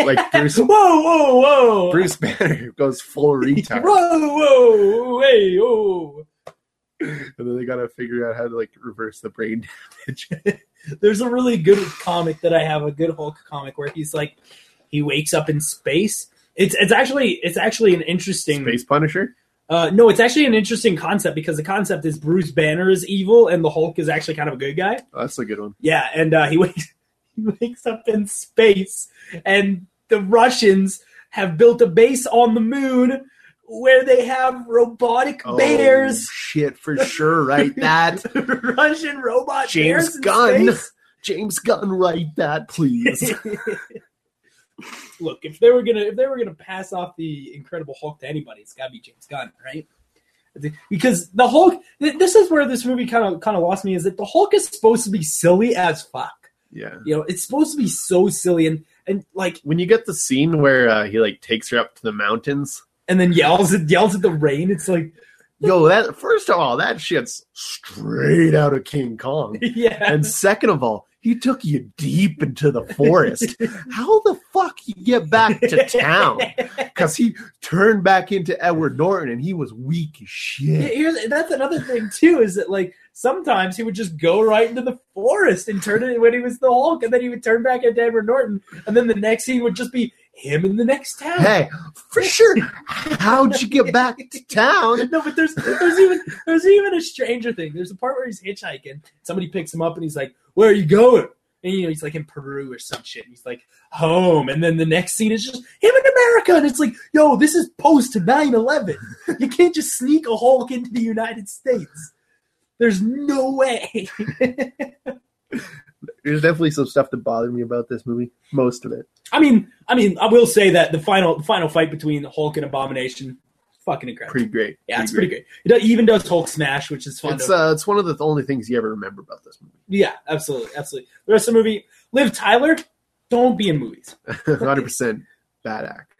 S2: Like Bruce-
S1: whoa, whoa, whoa,
S2: Bruce Banner goes full
S1: whoa,
S2: retard,
S1: whoa, hey, oh.
S2: and then they gotta figure out how to like reverse the brain damage.
S1: There's a really good comic that I have, a good Hulk comic where he's like, he wakes up in space. It's it's actually it's actually an interesting
S2: Space Punisher.
S1: Uh, no, it's actually an interesting concept because the concept is Bruce Banner is evil and the Hulk is actually kind of a good guy.
S2: Oh, that's a good one.
S1: Yeah, and uh, he wakes he wakes up in space, and the Russians have built a base on the moon where they have robotic
S2: Oh,
S1: bears,
S2: shit for sure. Write that.
S1: Russian robot
S2: James
S1: bears in
S2: Gunn.
S1: space.
S2: James Gunn, write that, please.
S1: Look, if they were gonna if they were gonna pass off the Incredible Hulk to anybody, it's gotta be James Gunn, right? Because the Hulk, th- this is where this movie kind of kind of lost me, is that the Hulk is supposed to be silly as fuck.
S2: yeah.
S1: You know, it's supposed to be so silly and and like
S2: When you get the scene where uh, he like takes her up to the mountains,
S1: and then yells and yells at the rain. It's like
S2: yo, that first of all, that shit's straight out of King Kong.
S1: yeah,
S2: And second of all, he took you deep into the forest. How the fuck you get back to town? Because he turned back into Edward Norton and he was weak as
S1: Yeah,
S2: shit.
S1: here's, that's another thing too is that like sometimes he would just go right into the forest and turn it when he was the Hulk, and then he would turn back into Edward Norton, and then the next scene would just be him in the next town.
S2: Hey, for sure. How'd you get back to town?
S1: No, but there's there's even there's even a stranger thing. There's a part where he's hitchhiking. Somebody picks him up and he's like, "Where are you going?" And you know he's like in Peru or some shit. And he's like, "Home." And then the next scene is just him in America, and it's like, "Yo, this is post 9/11. You can't just sneak a Hulk into the United States. There's no way."
S2: There's definitely some stuff that bothered me about this movie. Most of it.
S1: I mean, I mean, I will say that the final the final fight between Hulk and Abomination, fucking incredible.
S2: Pretty great.
S1: yeah, it's pretty good. It do- even does Hulk smash, which is fun.
S2: It's
S1: to-
S2: uh, it's one of the only things you ever remember about this movie.
S1: Yeah, absolutely, absolutely. The rest of the movie, Liv Tyler, don't be in movies.
S2: Hundred percent bad act.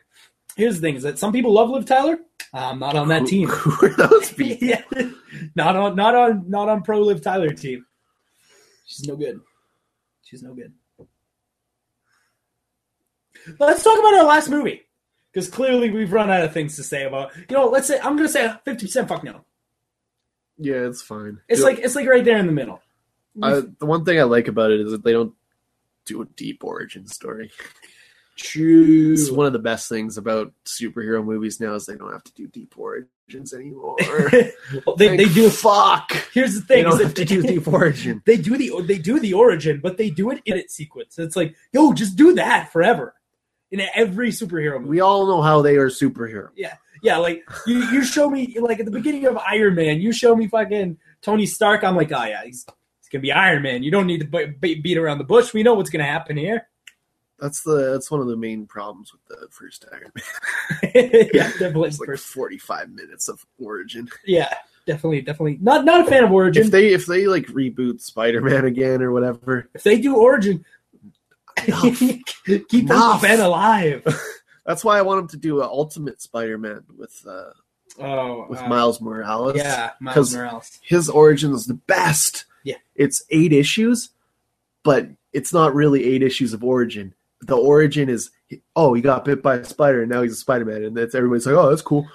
S1: Here's the thing: is that some people love Liv Tyler. I'm not on that team.
S2: Who are those people?
S1: yeah, not on, not on, not on pro Liv Tyler team. She's no good. She's no good. Let's talk about our last movie because clearly we've run out of things to say about. You know, let's say I'm gonna say 50 percent fuck no.
S2: Yeah, it's fine.
S1: It's
S2: Yeah.
S1: like it's like right there in the middle.
S2: I, the one thing I like about it is that they don't do a deep origin story.
S1: True.
S2: It's one of the best things about superhero movies now is they don't have to do deep origins anymore.
S1: Well, they, they
S2: Like,
S1: do.
S2: fuck.
S1: Here's the thing:
S2: They don't
S1: is that
S2: have to do deep origin.
S1: they do the they do the origin, but they do it in its sequence. It's like, yo, just do that forever in every superhero movie.
S2: We all know how they are superhero.
S1: yeah, like you, you show me like at the beginning of Iron Man, you show me fucking Tony Stark. I'm like, oh yeah, he's, he's gonna be Iron Man. You don't need to b- b- beat around the bush. We know what's gonna happen here.
S2: That's the that's one of the main problems with the first Iron Man.
S1: yeah, definitely.
S2: It's like forty five minutes of origin.
S1: Yeah, definitely, definitely. Not not a fan of origin.
S2: If they if they like reboot Spider Man again or whatever,
S1: if they do origin,
S2: enough.
S1: keep that
S2: Enough.
S1: fan alive.
S2: that's why I want them to do an Ultimate Spider Man with uh,
S1: Oh,
S2: with
S1: uh,
S2: Miles Morales.
S1: yeah, Miles
S2: 'cause-
S1: Morales.
S2: his origin is the best.
S1: Yeah.
S2: It's eight issues, but it's not really eight issues of origin. the origin is oh he got bit by a spider and now he's a Spider Man and that's everybody's like oh that's cool,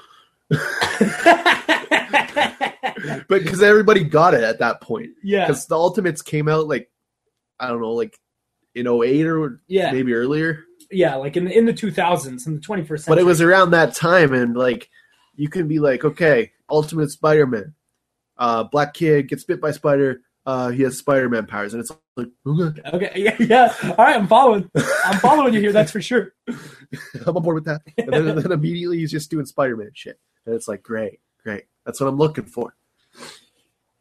S2: but because everybody got it at that point
S1: yeah,
S2: because the Ultimates came out like I don't know like in 08 or
S1: yeah,
S2: maybe earlier,
S1: yeah. Like in the, in the 2000s, in the 21st century.
S2: but it was around that time and like you can be like okay Ultimate Spider Man, uh, black kid gets bit by spider. Uh, he has Spider-Man powers, and it's like, okay,
S1: okay. Yeah, yeah. All right, I'm following. I'm following you here. That's for sure.
S2: I'm on board with that. And then, then immediately he's just doing Spider-Man shit, and it's like, great, great. That's what I'm looking for.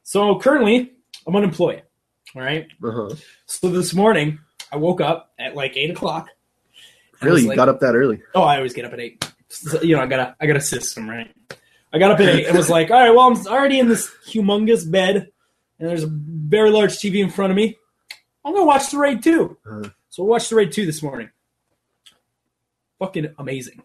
S1: So currently, I'm unemployed. All right.
S2: Uh-huh.
S1: So this morning, I woke up at like eight o'clock. and
S2: Really,
S1: was
S2: you
S1: like-
S2: got up that early?
S1: Oh, I always get up at eight. So, you know, I got a I got a system right. I got up at eight and was like, all right, well, I'm already in this humongous bed, and there's a very large TV in front of me. I'm gonna watch the raid two.
S2: Uh-huh.
S1: So I watched the raid two this morning. Fucking amazing.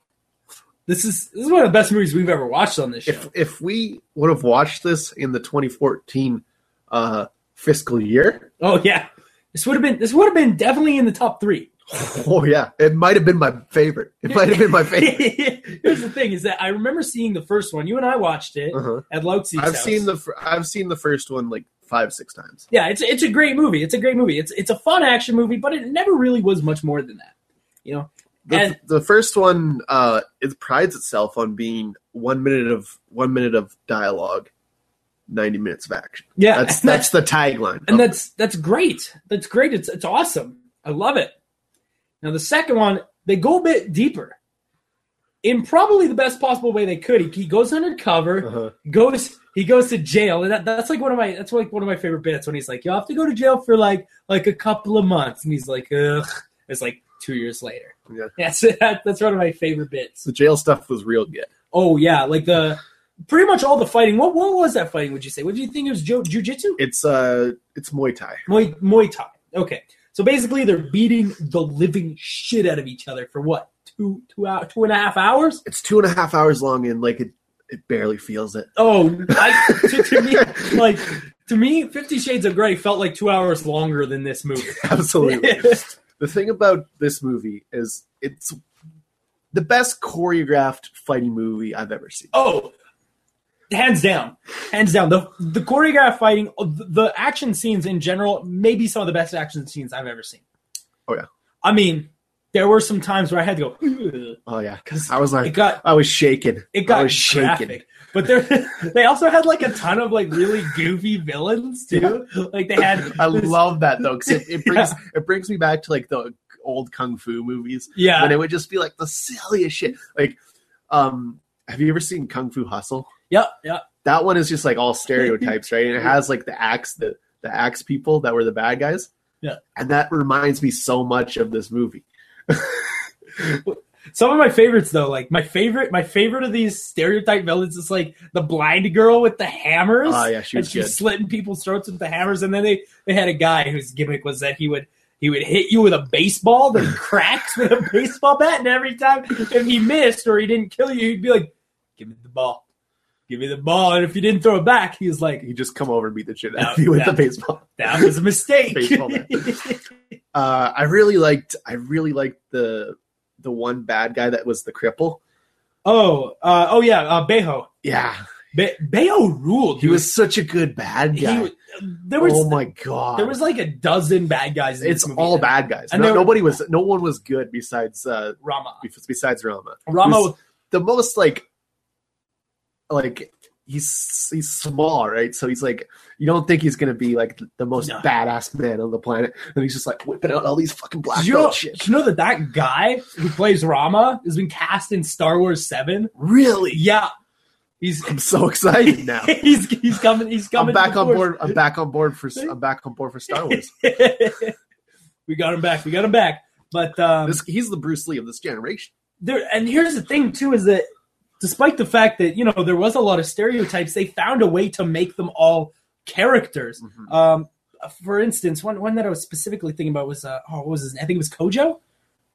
S1: This is this is one of the best movies we've ever watched on this show.
S2: If if we would have watched this in the 2014 uh, fiscal year,
S1: oh yeah, this would have been this would have been definitely in the top three.
S2: oh yeah, it might have been my favorite. It might have been my favorite.
S1: Here's the thing: is that I remember seeing the first one. You and I watched it
S2: Uh-huh.
S1: at Loxi's
S2: I've
S1: house.
S2: seen the fir- I've seen the first one like five six times.
S1: yeah, it's it's a great movie. It's a great movie. It's it's a fun action movie, but it never really was much more than that. You know,
S2: The,
S1: And-
S2: the first one uh, it prides itself on being one minute of one minute of dialogue, ninety minutes of action.
S1: yeah,
S2: That's that's the tagline.
S1: and that's that's great. That's great. It's it's awesome. I love it. Now the second one, they go a bit deeper, in probably the best possible way they could. He, he goes undercover.
S2: Uh-huh.
S1: goes he goes to jail and that, that's like one of my that's like one of my favorite bits when he's like you'll have to go to jail for like like a couple of months and he's like ugh it's like two years later
S2: Yeah.
S1: that's that, that's one of my favorite bits
S2: the jail stuff was real good.
S1: oh yeah like the pretty much all the fighting what what was that fighting would you say what do you think it was jo- jiu-jitsu
S2: It's uh it's Muay Thai.
S1: muay, muay thai okay so basically they're beating the living shit out of each other for what two two hour two and a half hours
S2: It's two and a half hours long, and like it it barely feels it.
S1: Oh, I, to, to me, like to me, Fifty Shades of Grey felt like two hours longer than this movie.
S2: Absolutely. the thing about this movie is it's the best choreographed fighting movie I've ever seen.
S1: oh, hands down, hands down. The the choreographed fighting, the, the action scenes in general, maybe some of the best action scenes I've ever seen.
S2: Oh, yeah.
S1: I mean, there were some times where I had to go
S2: Oh yeah,
S1: because
S2: I was
S1: it
S2: like,
S1: got
S2: I was shaking.
S1: it got
S2: I was shaking.
S1: graphic. But there, they also had like a ton of like really goofy villains too. Like they had,
S2: I
S1: this-
S2: love that though because it, it brings
S1: Yeah.
S2: it brings me back to like the old kung fu movies,
S1: yeah.
S2: and it would just be like the silliest shit. Like, um, have you ever seen Kung Fu Hustle?
S1: Yep, yep.
S2: That one is just like all stereotypes, right? And it has like the axe, the the axe people that were the bad guys.
S1: Yeah.
S2: and that reminds me so much of this movie.
S1: Some of my favorites though, like my favorite, my favorite of these stereotype villains is like the blind girl with the hammers.
S2: Oh yeah, she
S1: and
S2: was
S1: she's
S2: good.
S1: slitting people's throats with the hammers, and then they they had a guy whose gimmick was that he would he would hit you with a baseball that cracks with a baseball bat, and every time if he missed or he didn't kill you, he'd be like, "Give me the ball, give me the ball," and if you didn't throw it back, he was like,
S2: You just come over and beat the shit out of
S1: No,
S2: you with
S1: yeah.
S2: the baseball.
S1: "That was a mistake."
S2: Baseball bat. Uh, I really liked. I really liked the the one bad guy that was the cripple.
S1: oh, uh, oh yeah, uh, Beho.
S2: Yeah,
S1: Be- Beho ruled.
S2: he
S1: dude.
S2: was such a good bad
S1: He
S2: guy.
S1: was- there was
S2: oh my god!
S1: There was like a dozen bad guys. In
S2: it's
S1: this movie.
S2: all bad guys.
S1: And
S2: No-
S1: they were-
S2: nobody was. No one was good besides uh,
S1: Rama.
S2: besides Rama.
S1: Rama.
S2: Who's- The most like like he's he's small, right? So he's like you don't think he's gonna be like the most
S1: No.
S2: badass man on the planet, and he's just like whipping out all these fucking black
S1: did you, know,
S2: belt shit.
S1: did you know that that guy who plays Rama has been cast in Star Wars Seven?
S2: Really?
S1: Yeah, he's
S2: I'm so excited now.
S1: he's he's coming. He's
S2: I'm
S1: coming. to
S2: back
S1: the
S2: on
S1: force.
S2: board. I'm back on board for. I'm back on board for Star Wars.
S1: we got him back. We got him back. But um,
S2: This, he's the Bruce Lee of this generation.
S1: there and here's the thing too is that despite the fact that you know there was a lot of stereotypes they found a way to make them all characters
S2: Mhm.
S1: um for instance one one that i was specifically thinking about was uh oh what was his name? i think it was kojo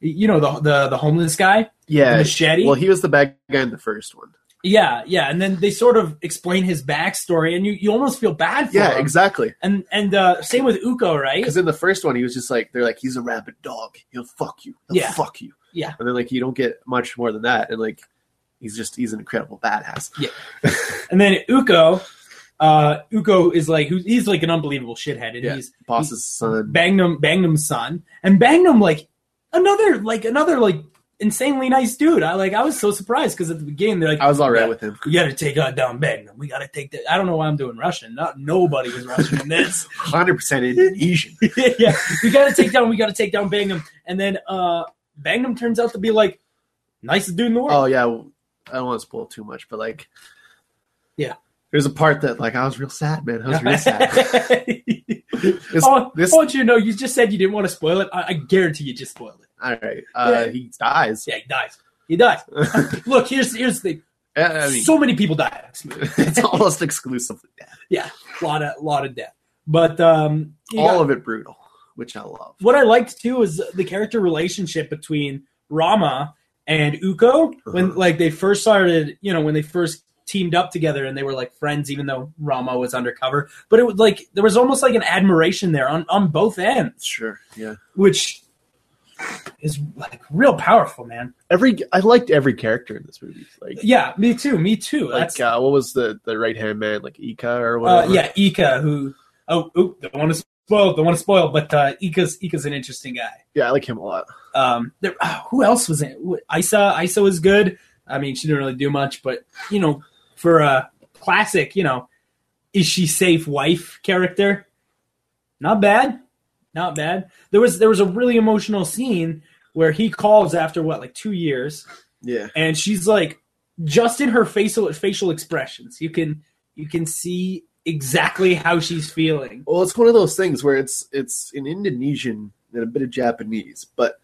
S1: you know the the, the homeless guy the
S2: Yeah.
S1: machete
S2: Well, he was the bad guy in the first one.
S1: Yeah, yeah, and then they sort of explain his backstory, and you, you almost feel bad for
S2: Yeah,
S1: him.
S2: exactly.
S1: And and uh, same with Uko, right?
S2: Because in the first one, he was just like, they're like, he's a rabid dog. He'll fuck you. He'll
S1: Yeah.
S2: fuck you.
S1: Yeah.
S2: And then like you don't get much more than that. And like he's just he's an incredible badass.
S1: And then Uko, uh, Uko is like who he's like an unbelievable shithead, and
S2: Yeah.
S1: he's
S2: Boss's son.
S1: Bangnam Bangnam's son, and Bangnam like another like another like insanely nice dude. I like I was so surprised because at the beginning they're like
S2: I was all right
S1: Yeah.
S2: with him.
S1: we got to take out down Bangnam, we got to take that. I don't know why I'm doing Russian. Not nobody was Russian in this.
S2: Hundred percent Indonesian.
S1: yeah, we got to take down, we got to take down Bangnam, and then uh Bangnam turns out to be like nicest dude in the world.
S2: Oh yeah, I don't want to spoil too much, but like,
S1: Yeah.
S2: there's a part that like I was real sad, man. I Oh, was real sad. This-
S1: oh,
S2: this-
S1: I want you to know. You just said you didn't want to spoil it. I, I guarantee you just spoiled it.
S2: all right, uh,
S1: Yeah.
S2: he dies.
S1: Yeah, he dies. He dies. Look, here's here's the thing.
S2: I mean,
S1: so many people die in this movie.
S2: it's almost exclusively death.
S1: A lot of lot of death. But um, you
S2: all
S1: got-
S2: of it brutal, which I love.
S1: what I liked too is the character relationship between Rama and Uko when
S2: Uh-huh.
S1: like they first started. You know, when they first teamed up together and they were like friends, even though Rama was undercover. But it was like there was almost like an admiration there on on both ends,
S2: Sure, yeah.
S1: which is like real powerful, man.
S2: Every I liked every character in this movie. Like,
S1: Yeah, me too. Me too. That's
S2: like uh, what was the the right hand man like Ika or
S1: Uh,
S2: whatever?
S1: yeah, Ika, who oh, oh don't want to spoil, don't want to spoil, but uh, Ika's Ika's an interesting guy.
S2: yeah, I like him a lot.
S1: Um, there, ah, who else was in? it? Isa Isa was good. I mean, she didn't really do much, but you know, for a classic, you know, is she safe wife character? Not bad, not bad. There was there was a really emotional scene where he calls after what like two years,
S2: Yeah,
S1: and she's like just in her facial facial expressions you can you can see exactly how she's feeling
S2: Well, it's one of those things where it's it's in Indonesian and a bit of Japanese, but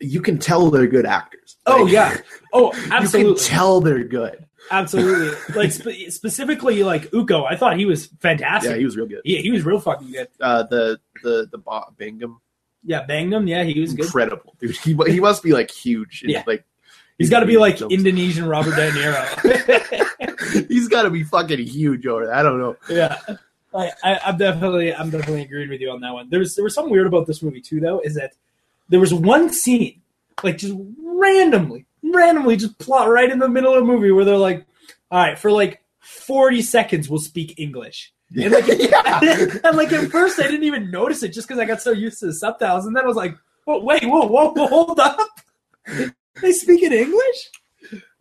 S2: you can tell they're good actors.
S1: oh
S2: Like,
S1: yeah oh
S2: you
S1: absolutely
S2: can tell they're good.
S1: absolutely like spe- specifically like uko i thought he was fantastic
S2: Yeah, he was real good.
S1: yeah he was real fucking good
S2: Uh, the the the Bob Bingham,
S1: yeah Bangnam, yeah he was good
S2: incredible dude. He mu- he must be like huge. in,
S1: Yeah.
S2: like
S1: he's got to be like
S2: films.
S1: indonesian robert de niro
S2: he's got to be fucking huge over. There. I don't know.
S1: yeah I, I, I'm definitely, I'm definitely agreeing with you on that one. There was, there was something weird about this movie too, though, is that there was one scene, like just randomly, randomly, just plot right in the middle of the movie where they're like, "All right, for like 40 seconds, we'll speak English." And like, and like at first, I didn't even notice it just because I got so used to the subtitles, and then I was like, "Whoa, wait, whoa, whoa, whoa hold up." They speak in English?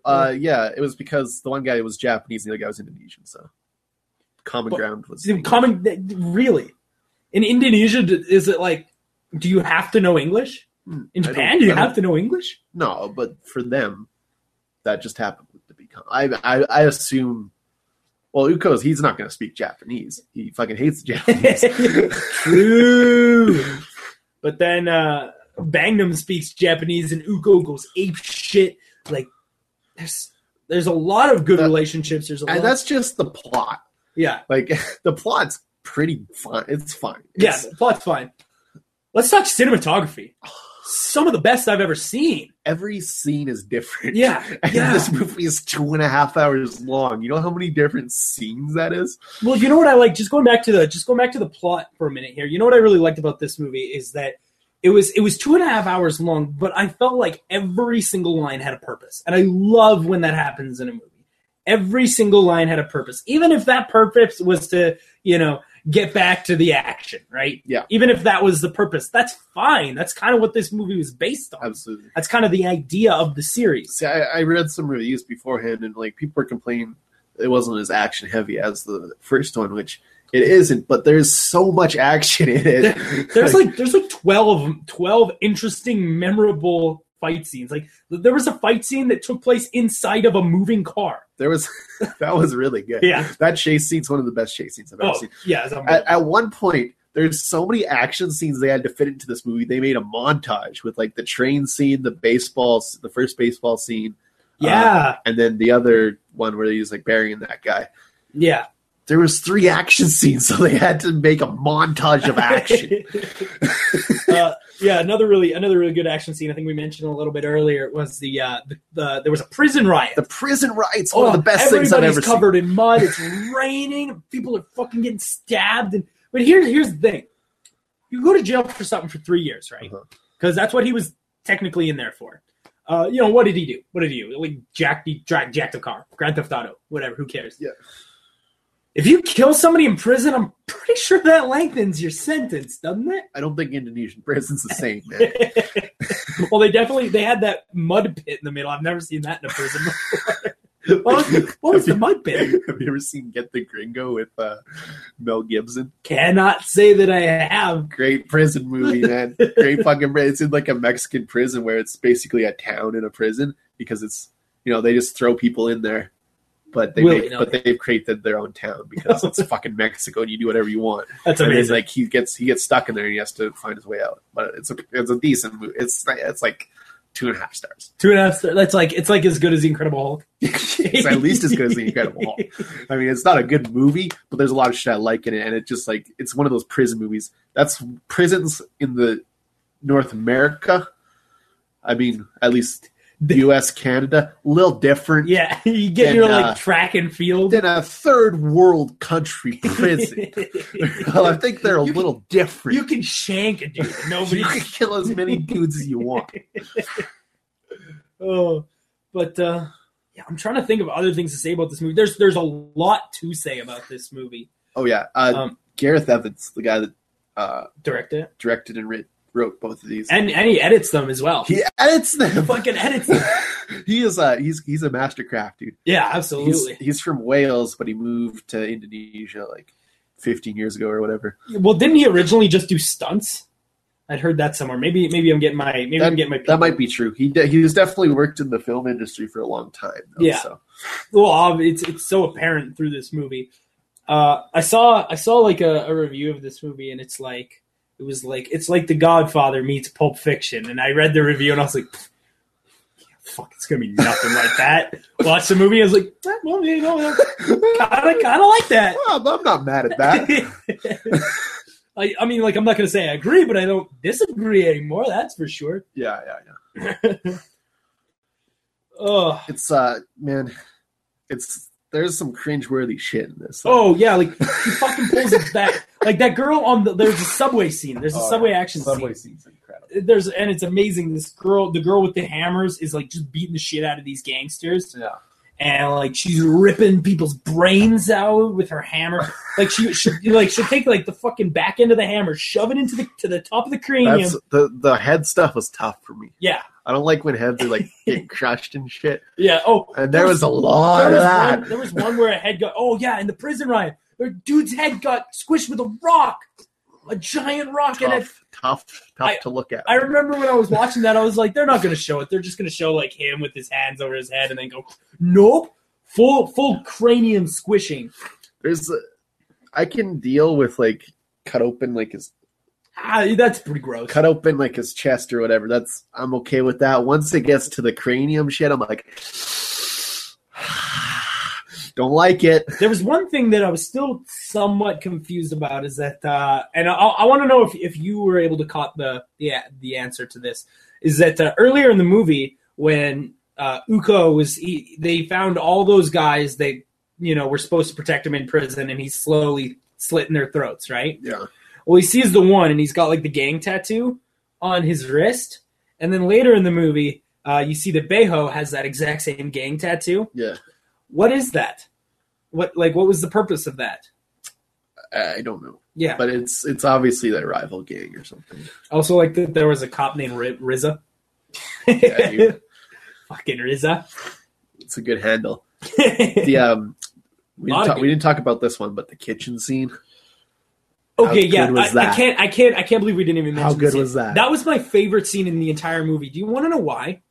S2: Uh, yeah, it was because the one guy was Japanese and the other guy was Indonesian. So common
S1: But-
S2: ground was
S1: Common, really? In Indonesia, d- is it like, do you have to know English?
S2: Hmm,
S1: In
S2: I don't-
S1: Japan, do you
S2: I don't-
S1: have to know English?
S2: No, but for them, that just happened to become. I I, I assume. Well, Uko's he's not going to speak Japanese. He fucking hates Japanese.
S1: True. but then uh, Bangnam speaks Japanese and Uko goes ape shit. Like, there's there's a lot of good
S2: That-
S1: relationships. There's a lot.
S2: and that's just the plot.
S1: yeah,
S2: Like the plot's pretty fun. It's fun.
S1: yeah.
S2: It's-
S1: The plot's fine. Let's talk cinematography. Some of the best I've ever seen.
S2: Every scene is different.
S1: Yeah,
S2: And
S1: yeah.
S2: this movie is two and a half hours long. You know how many different scenes that is?
S1: Well, you know what I like. Just going back to the just going back to the plot for a minute here. You know what I really liked about this movie is that it was it was two and a half hours long, but I felt like every single line had a purpose, and I love when that happens in a movie. Every single line had a purpose, even if that purpose was to you know get back to the action, right?
S2: Yeah.
S1: Even if that was the purpose, that's fine. That's kind of what this movie was based on.
S2: Absolutely.
S1: That's kind of the idea of the series.
S2: See, I, I read some reviews beforehand, and like people were complaining it wasn't as action heavy as the first one, which it isn't. But there's so much action in it.
S1: there's like there's like 12, 12 interesting memorable fight scenes like there was a fight scene that took place inside of a moving car
S2: there was that was really good.
S1: Yeah.
S2: that chase scene's one of the best chase scenes I've ever
S1: oh
S2: seen.
S1: yeah it's unbelievable.
S2: At, at one point, there's so many action scenes they had to fit into this movie. They made a montage with like the train scene, the baseball, s- the first baseball scene,
S1: yeah
S2: and then the other one where he's like burying that guy.
S1: yeah
S2: there was three action scenes, so they had to make a montage of action.
S1: uh, yeah, another really another really good action scene. I think we mentioned a little bit earlier was the uh, the, the there was a prison riot.
S2: the prison riots, one of the best
S1: Oh, everybody's
S2: things I've ever
S1: covered in mud. It's raining. People are fucking getting stabbed. And but here's here's the thing: you go to jail for something for three years, right?
S2: Uh-huh.
S1: Because that's what he was technically in there for. Uh, you know what did he do? What did he do? Like jack, he dra- jacked a car, Grand Theft Auto, whatever. Who cares?
S2: Yeah.
S1: If you kill somebody in prison, I'm pretty sure that lengthens your sentence, doesn't it?
S2: seen. I don't think Indonesian prison's the same, man.
S1: well, they definitely they had that mud pit in the middle. I've never seen that in a prison. before. what was, what was the mud pit?
S2: Have you ever seen Get the Gringo with uh, Mel Gibson?
S1: Cannot say that I have.
S2: Great prison movie, man. Great fucking prison. It's in like a Mexican prison where it's basically a town in a prison because it's you know they just throw people in there, but they
S1: Willy
S2: make,
S1: nilly.
S2: but they've created their own town because it's fucking Mexico and you do whatever you want.
S1: That's
S2: and it's
S1: amazing.
S2: like he gets he gets stuck in there and he has to find his way out. But it's a it's a decent movie. It's it's like two and a half stars.
S1: Two and a half. Star, that's like it's like as good as the Incredible Hulk.
S2: It's at least as good as the Incredible Hulk. I mean, it's not a good movie, but there's a lot of shit I like in it, and it just like it's one of those prison movies. That's prisons in the North America. I mean, at least the U.S., Canada, a little different
S1: Yeah, you get
S2: And,
S1: your like
S2: uh,
S1: track and field.
S2: than a third world country prison. well, I think they're a
S1: You can-
S2: little different.
S1: you can shank a dude. and Nobody.
S2: you can kill as many dudes as you want.
S1: oh, but uh, yeah, I'm trying to think of other things to say about this movie. There's there's a lot to say about this movie.
S2: Oh yeah, uh,
S1: Um,
S2: Gareth Evans, the guy that uh,
S1: Direct it,
S2: directed and writ- wrote both of these.
S1: and and he edits them as well.
S2: he edits them.
S1: fucking edits. Them.
S2: he is a he's he's a master craft dude.
S1: Yeah,
S2: He's,
S1: absolutely.
S2: he's from Wales, but he moved to Indonesia like 15 years ago or whatever.
S1: Well, didn't he originally just do stunts? I'd heard that somewhere. Maybe maybe I'm getting my maybe I'm getting my
S2: That might be true. He de- he's definitely worked in the film industry for a long time. Though,
S1: Yeah.
S2: So.
S1: well, ob- it's it's so apparent through this movie. Uh, I saw I saw like a, a review of this movie, and it's like it was like it's like The Godfather meets Pulp Fiction, and I read the review, and I was like, "Fuck, it's gonna be nothing like that." Watch the movie, I was like, "Ah, "Well, you know, kind of kind of like that."
S2: Well, I'm not mad at that.
S1: I, I mean, like I'm not gonna say I agree, but I don't disagree anymore. That's for sure.
S2: yeah, yeah, yeah.
S1: Ugh.
S2: It's uh, man, it's there's some cringeworthy shit in this.
S1: Oh yeah, like he fucking pulls it back. Like that girl on the there's a subway scene. There's a
S2: Oh,
S1: subway
S2: yeah.
S1: action
S2: subway
S1: scene.
S2: scene's incredible.
S1: There's and it's amazing. This girl, the girl with the hammers, is like just beating the shit out of these gangsters,
S2: Yeah.
S1: and like she's ripping people's brains out with her hammer. Like she, she like she'll take like the fucking back end of the hammer, shove it into the to the top of the cranium.
S2: That's the the head stuff was tough for me.
S1: yeah,
S2: I don't like when heads are like getting crushed and shit.
S1: yeah. Oh,
S2: And there was a
S1: there
S2: lot
S1: was
S2: of that.
S1: One, there was one where a head got. Oh yeah, in the prison riot, their dude's head got squished with a rock, a giant rock, and it
S2: Tough, tough, tough
S1: I-
S2: to look at.
S1: I remember when I was watching that, I was like, they're not going to show it. They're just going to show like him with his hands over his head, and then go, nope, full full cranium squishing.
S2: There's, a, I can deal with like cut open like his
S1: Ah, that's pretty gross.
S2: cut open like his chest or whatever. That's I'm okay with that. Once it gets to the cranium shit, I'm like, don't like it.
S1: There was one thing that I was still somewhat confused about is that, uh, and I, I want to know if, if you were able to caught the the a- the answer to this is that uh, earlier in the movie when uh, Uko was he, they found all those guys that you know were supposed to protect him in prison, and he's slowly slitting their throats, right?
S2: Yeah,
S1: Well, he sees the one, and he's got like the gang tattoo on his wrist. And then later in the movie, uh, you see that Beho has that exact same gang tattoo.
S2: yeah.
S1: What is that? What like what was the purpose of that?
S2: I don't know,
S1: Yeah.
S2: but it's it's obviously their rival gang or something.
S1: also, like that there was a cop named R- Rizza.
S2: dude.
S1: Fucking Rizza.
S2: It's a good handle. The um, we
S1: Lot
S2: didn't,
S1: of
S2: talk,
S1: good-
S2: we didn't talk about this one, but the kitchen scene.
S1: okay,
S2: good
S1: yeah.
S2: was
S1: I, I
S2: that?
S1: can't. I can't. I can't believe we didn't even mention.
S2: How
S1: the
S2: good
S1: scene.
S2: was that?
S1: That was my favorite scene in the entire movie. Do you want to know why?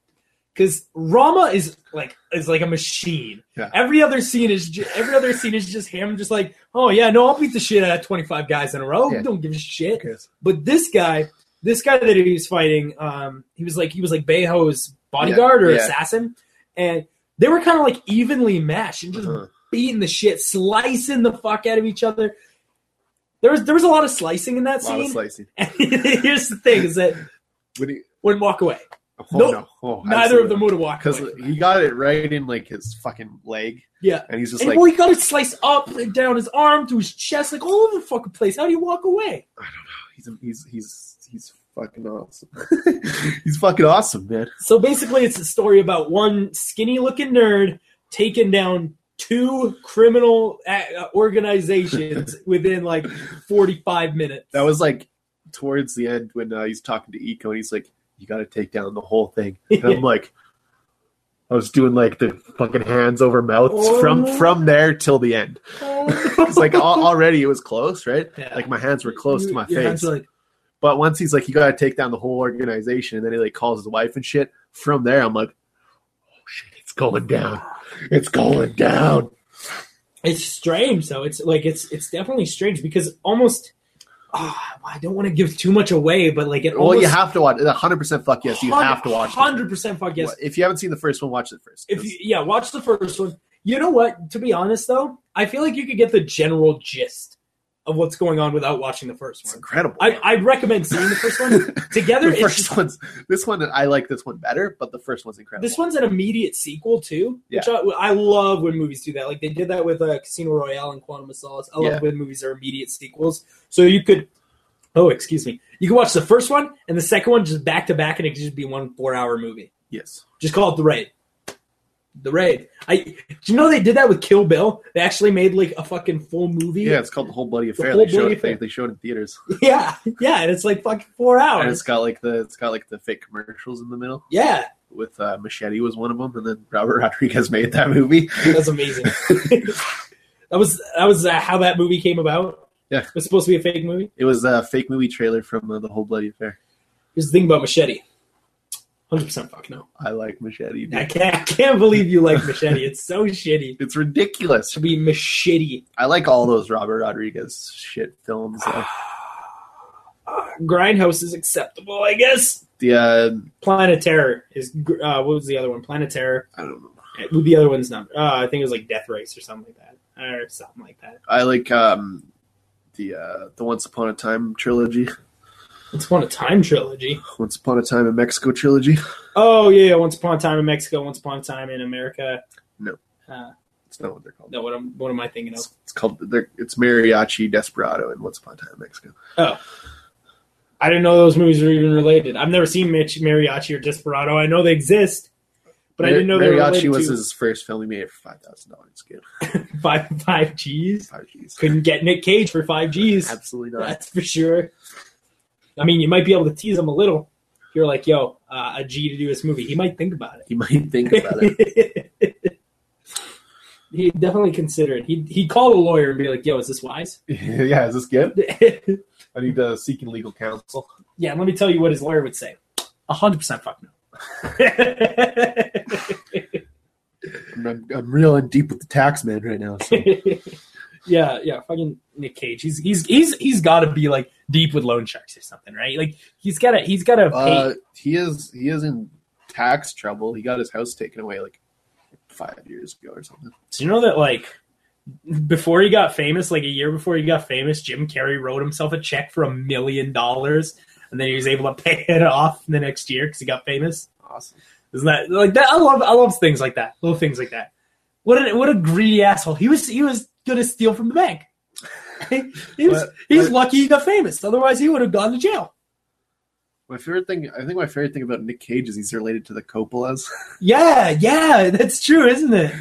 S1: Because Rama is like is like a machine.
S2: Yeah.
S1: Every other scene is ju- every other scene is just him, just like, oh yeah, no, I'll beat the shit out of twenty five guys in a row.
S2: Yeah.
S1: Don't give a shit.
S2: Yes.
S1: But this guy, this guy that he was fighting, um, he was like he was like Beho's bodyguard or
S2: yeah.
S1: assassin, and they were kind of like evenly matched and just
S2: Uh-huh.
S1: beating the shit, slicing the fuck out of each other. There was there was a lot of slicing in that
S2: A lot of
S1: scene.
S2: slicing.
S1: And here's the thing: is that
S2: When he,
S1: wouldn't walk away.
S2: oh,
S1: Nope.
S2: no. Oh,
S1: Neither of them would have walked away.
S2: Because
S1: from
S2: he
S1: that.
S2: got it right in like his fucking leg,
S1: yeah.
S2: and he's just
S1: And
S2: like,
S1: well, he got it sliced up and down his arm to his chest, like all over the fucking place. How do you walk away?
S2: he's he's he's he's fucking awesome. he's fucking awesome, man.
S1: So basically, it's a story about one skinny-looking nerd taking down two criminal uh, organizations within like 45 minutes.
S2: That was like towards the end when uh, he's talking to Eco, and he's like, "You got to take down the whole thing." And I'm like, I was doing like the fucking hands over mouths
S1: Oh.
S2: from from there till the end. It's like al- already it was close, right?
S1: Yeah.
S2: Like my hands were close to
S1: You-
S2: my
S1: your hands
S2: face.
S1: are like,
S2: But once he's like, "You got to take down the whole organization," and then he like calls his wife and shit. From there, I'm like, "Oh shit, it's going down. It's going down."
S1: it's strange though it's like it's it's definitely strange because almost ah, i don't want to give too much away but like it
S2: Well,
S1: almost
S2: you have to watch. 100 percent fuck yes, you have to watch. it.
S1: 100% fuck yes
S2: If you haven't seen the first one, watch it first.
S1: if you yeah watch the first one you know what to be honest though i feel like you could get the general gist of what's going on without watching the first
S2: it's
S1: one
S2: incredible.
S1: i i recommend seeing the first one together
S2: the
S1: it's
S2: first
S1: just-
S2: one's this one. I like this one better, but the first one's incredible.
S1: this one's an immediate sequel too, which I, I love when movies do that. Like they did that with uh, Casino Royale and Quantum of Solace. I love
S2: Yeah.
S1: when movies are immediate sequels. So you could, oh excuse me, you could watch the first one and the second one just back to back, and it could just be one four-hour movie.
S2: yes,
S1: Just call it the Raid. The Raid. I do you know they did that with Kill Bill? They actually made like a fucking full movie.
S2: yeah, it's called the whole bloody affair.
S1: Whole
S2: they,
S1: Bloody
S2: showed,
S1: Affair.
S2: They, they showed in theaters,
S1: yeah, yeah, and it's like fucking four
S2: and
S1: hours.
S2: it's got like the it's got like the fake commercials in the middle.
S1: Yeah,
S2: With uh, Machete was one of them, and then Robert Rodriguez made that movie.
S1: That's amazing. that was that was uh, how that movie came about.
S2: Yeah.
S1: it was supposed to be a fake movie.
S2: It was a fake movie trailer from uh, the whole bloody affair.
S1: Here's the thing about Machete. Hundred percent fuck no.
S2: I like Machete. dude.
S1: I can't, I can't believe you like Machete. It's so shitty
S2: It's ridiculous.
S1: to be Machete.
S2: I like all those Robert Rodriguez shit films. Uh,
S1: Uh, Grindhouse is acceptable, I guess.
S2: the uh,
S1: Planet Terror is gr- uh, what was the other one? Planet Terror.
S2: I don't know.
S1: Uh, The other one's not. Uh, I think it was like Death Race or something like that, or something like that.
S2: I like um, the uh, the Once Upon a Time trilogy,
S1: Once Upon a Time trilogy.
S2: Once Upon a Time in Mexico trilogy.
S1: Oh yeah, yeah, Once Upon a Time in Mexico. Once Upon a Time in America.
S2: No.
S1: Uh,
S2: It's not what they're called.
S1: no, what am what am I thinking of?
S2: It's, it's called they're, it's Mariachi Desperado and Once Upon a Time in Mexico.
S1: I didn't know those movies were even related. I've never seen Mitch Mariachi or Desperado. I know they exist, but I didn't know they were
S2: Mariachi
S1: related
S2: was
S1: to
S2: his first film. He made it for five thousand dollars. Good,
S1: five five G's.
S2: five G's.
S1: Couldn't get Nick Cage for five G's.
S2: Absolutely not.
S1: That's for sure. I mean, you might be able to tease him a little. You're like, yo, uh, a G to do this movie. He might think about
S2: You might think about it.
S1: it. He definitely consider it. He he called a lawyer and be like, "Yo, is this wise?"
S3: yeah, is this good?
S1: yeah,
S3: I need to seek in legal counsel.
S1: and let me tell you what his lawyer would say. hundred percent, fuck no.
S2: I'm, I'm, I'm real in deep with the tax man right now. So.
S1: yeah, yeah, fucking Nick Cage. He's he's he's he's got to be like deep with loan sharks or something, right? Like he's got to he's got to pay.
S2: Uh, he is he is in tax trouble. He got his house taken away like five years ago or something.
S1: Do you know that like before he got famous, like a year before he got famous, Jim Carrey wrote himself a check for a million dollars, and then he was able to pay it off the next year because he got famous.
S2: Awesome.
S1: Isn't that like that? I love I love things like that. Little things like that. What a what a greedy asshole. He was he was gonna steal from the bank. he was
S2: But-
S1: he's
S2: but-
S1: lucky he got famous. Otherwise, he would have gone to jail.
S2: My favorite thing, I think, my favorite thing about Nick Cage is he's related to the Coppolas.
S1: Yeah, yeah, that's true, isn't it?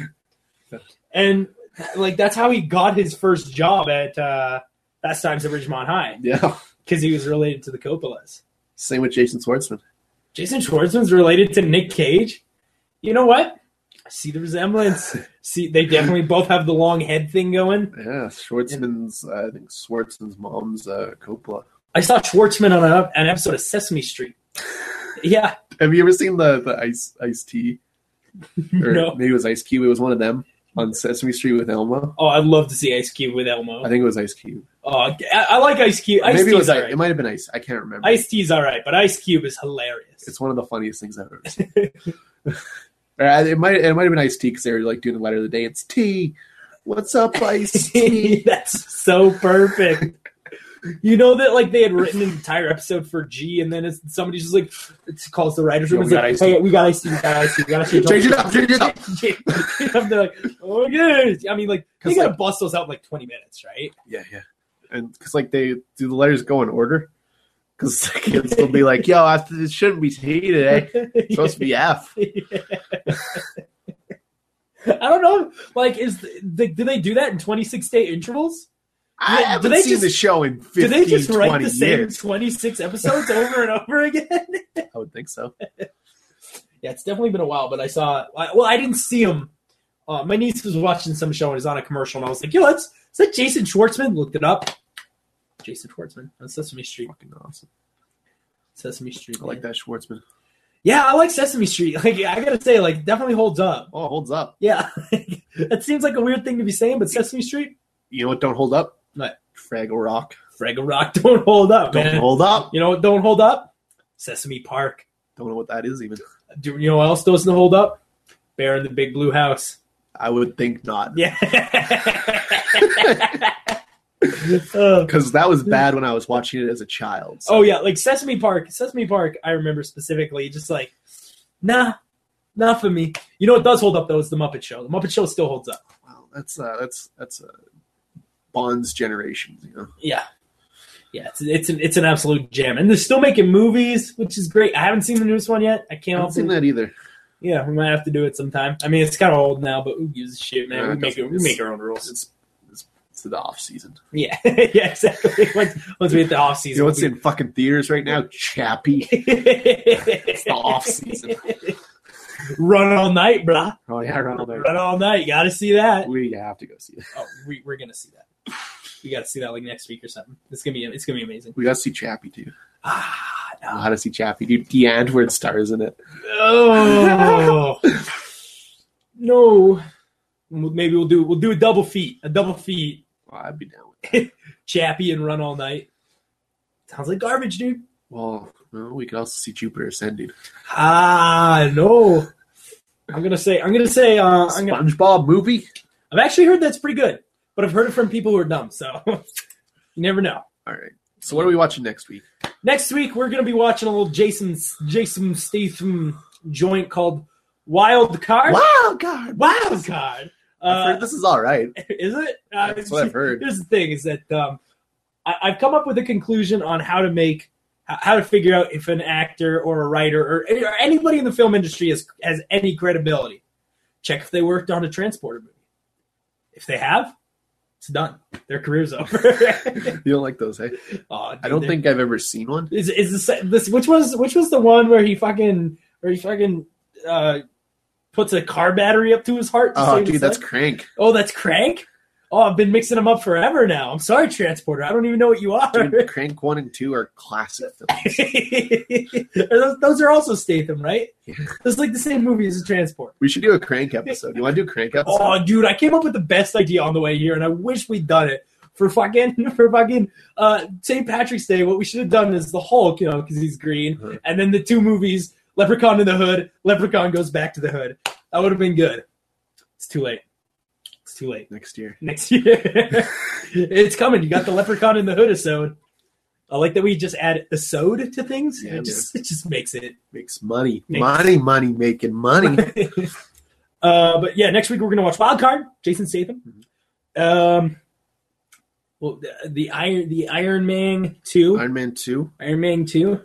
S1: And like that's how he got his first job at uh Fast Times at Ridgemont High
S2: yeah,
S1: because he was related to the Coppolas.
S2: same with Jason Schwartzman.
S1: Jason Schwartzman's related to Nick Cage. You know what? I see the resemblance. see, they definitely both have the long head thing going.
S2: Yeah, Schwartzman's, uh, I think Schwartzman's mom's uh, Coppola.
S1: I saw Schwartzman on a, an episode of Sesame Street. Yeah,
S2: Have you ever seen the the Ice Ice Tea? Or
S1: No.
S2: maybe it was Ice Cube. It was one of them on Sesame Street with Elmo.
S1: oh, I'd love to see Ice Cube with Elmo.
S2: I think it was Ice Cube.
S1: oh, I, I like Ice Cube. Ice
S2: maybe it was
S1: Cube's all
S2: Ice.
S1: right.
S2: It might have been Ice. I can't remember.
S1: Ice T's all right, but Ice Cube is hilarious.
S2: It's one of the funniest things I've ever seen. Or, uh, it might it might have been Ice Tea because they were like doing the letter of the day. It's tea. What's up, Ice?
S1: That's so perfect. You know that like they had written an entire episode for G, and then it's, somebody just like it's, calls the writers room.
S3: Yo,
S1: and
S3: we
S1: like,
S3: got Ice-T.
S1: hey, we got ice, we got ice, we got to
S2: change it up, change it up.
S1: up. They're like, okay. I mean, like they
S2: 'Cause,
S1: gotta
S2: like-
S1: bust those out in like twenty minutes, right?
S2: Yeah, yeah. And because like they do the letters go in order? Because kids will be like, "Yo, after it shouldn't be T today. It's supposed to be F."
S1: I don't know. Like, is the, do they do that in twenty six day intervals?
S2: I
S1: Yeah, do
S2: haven't
S1: they
S2: seen
S1: just-
S2: the show in
S1: Do
S2: 15,
S1: they just write
S2: 20
S1: the same
S2: years.
S1: twenty six episodes over and over again?
S2: I would think so.
S1: Yeah, it's definitely been a while, but I saw. I, well, I didn't see him. Uh, my niece was watching some show and it was on a commercial, and I was like, "Yo, that's is that Jason Schwartzman?" Looked it up. Jason Schwartzman on Sesame Street.
S2: Fucking awesome.
S1: Sesame Street.
S2: I like
S1: man.
S2: that Schwartzman.
S1: Yeah, I like Sesame Street. Like, I gotta say, like, definitely holds up.
S2: Oh, it holds up.
S1: Yeah, that seems like a weird thing to be saying, but Sesame Street,
S2: You know what? Don't hold up.
S1: What?
S2: Fraggle Rock.
S1: Fraggle Rock, don't hold up,
S2: Don't
S1: man.
S2: hold up.
S1: you know what? Don't hold up. Sesame Park.
S2: Don't know what that is even.
S1: Do you know what else doesn't hold up? Bear in the Big Blue House.
S2: I would think not.
S1: Yeah. Uh,
S2: Because that was bad when I was watching it as a child. So
S1: oh yeah, like Sesame Park. Sesame Park. I remember specifically, just like, nah, not for me. You know what does hold up though is the Muppet Show. The Muppet Show still holds up.
S2: wow, that's uh, that's that's uh, Bond's generation. You know,
S1: Yeah, yeah. It's it's an it's an absolute jam, and they're still making movies, which is great. I haven't seen the newest one yet. I
S2: I
S1: can't.
S2: haven't seen that either.
S1: Yeah, we might have to do it sometime. I mean, it's kind of old now, but who gives a shit, man?
S2: Yeah,
S1: we
S2: it
S1: make it,
S2: doesn't-
S1: we make our own rules.
S2: It's, it's, it's the off season.
S1: Yeah, yeah, exactly. Once, once we hit the off
S2: You
S1: season,
S2: know what's in fucking theaters right now? Chappie.
S1: it's
S2: the off season.
S1: Run all night, brah.
S2: Oh yeah, Ronald.
S1: Run all night. Gotta see that.
S2: We have to go see it.
S1: Oh, we, we're gonna see that. We gotta see that like next week or something. It's gonna be it's gonna be amazing.
S2: We got to see Chappie too.
S1: Ah,
S2: I know
S1: no.
S2: how to see Chappie, dude. The Antwoord stars in it.
S1: Oh. no. Well, Maybe we'll do we'll do a double feat, a double feat,
S2: Well, I'd be down with. It.
S1: Chappie and Run all night. Sounds like garbage, dude.
S2: Well, no, we could also see Jupiter Ascending.
S1: Ah, no. I'm gonna say I'm gonna say uh, I'm gonna
S2: SpongeBob movie.
S1: I've actually heard that's pretty good, but I've heard it from people who are dumb, so you never know.
S2: All right. So what are we watching next week?
S1: Next week we're gonna be watching a little Jason Jason Statham joint called Wild Card.
S2: Wow, God.
S1: Wild Card.
S2: I've
S1: Uh,
S2: heard this is all right.
S1: is it? Uh,
S2: That's what I've heard.
S1: Here's the thing: is that um, I, I've come up with a conclusion on how to make, how- how to figure out if an actor or a writer or, or anybody in the film industry has has any credibility. Check if they worked on a transporter movie. If they have, it's done. Their career's over.
S2: You don't like those, hey?
S1: Aw, dude,
S2: I don't
S1: they're-
S2: think I've ever seen one.
S1: is is this, this which was which was the one where he fucking where he fucking uh, puts a car battery up to his heart. to
S2: Oh,
S1: save
S2: dude,
S1: his
S2: that's
S1: life?
S2: crank.
S1: Oh, that's Crank? Oh, I've been mixing them up forever now. I'm sorry, Transporter. I don't even know what you are.
S2: Dude, crank one and two are classic films.
S1: those, those are also Statham, right?
S2: Yeah.
S1: It's like the same movie as Transport.
S2: We should do a crank episode. You want to do a crank episode?
S1: Oh, dude, I came up with the best idea on the way here, and I wish we'd done it for fucking for fucking uh, St. Patrick's Day. What we should have done is the Hulk, you know, because he's green,
S2: Mhm.
S1: and then the two movies, Leprechaun in the Hood, Leprechaun goes back to the Hood. That would have been good. It's too late. It's too late.
S2: Next year.
S1: next year. it's coming. You got the leprechaun in the hood episode. I like that we just add the sode to things.
S2: Yeah,
S1: it, just, it just makes it.
S2: Makes money.
S1: Makes-
S2: Money, money, making money.
S1: uh, but yeah, next week we're gonna watch Wild Card, Jason Statham. Um, well, the, the Iron the Iron Man two, Iron,
S2: Iron Man 2.
S1: Man two,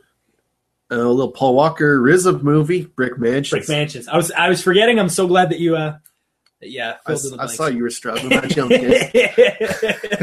S2: A little Paul Walker RZA movie, Brick Mansion.
S1: Brick Mansions. I was I was forgetting. I'm so glad that you. Uh, that- yeah,
S2: I,
S1: filled in the
S2: I
S1: blanks.
S2: saw you were struggling. with that young kid.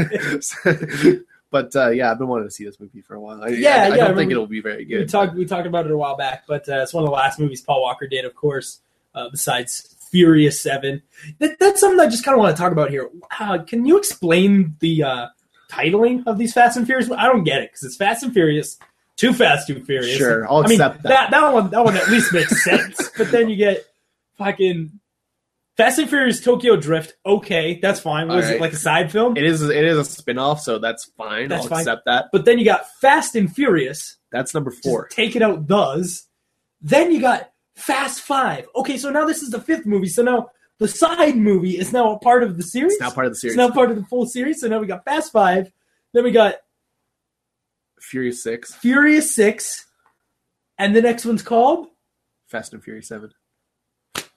S2: but uh, yeah, I've been wanting to see this movie for a while.
S1: Yeah,
S2: I, I, I
S1: yeah, I
S2: don't think
S1: remember-
S2: it'll be very
S1: We
S2: good.
S1: talked we talked about it a while back, but uh, it's one of the last movies Paul Walker did, of course. Uh, besides Furious Seven, that, that's something I just kind of want to talk about here. Uh, can you explain the uh, titling of these Fast and Furious? I don't get it because it's Fast and Furious, too fast, too furious.
S2: Sure, I'll
S1: I mean
S2: accept
S1: that
S2: that.
S1: that one that one at least makes sense. But then you get fucking Fast and Furious Tokyo Drift. Okay, that's fine. Was
S2: All
S1: it
S2: right.
S1: like a side film?
S2: It is it is a spin off, so that's fine.
S1: That's
S2: I'll
S1: fine.
S2: accept that.
S1: but then you got Fast and Furious,
S2: That's number
S1: just
S2: four.
S1: take it out does. Then you got Fast Five. Okay, so now this is the fifth movie. So now the side movie is now a part of the series.
S2: It's now part of the series.
S1: It's now part of the full series. So now we got Fast Five, then we got
S2: Furious Six,
S1: Furious Six, and the next one's called.
S2: Fast and Furious Seven.
S1: This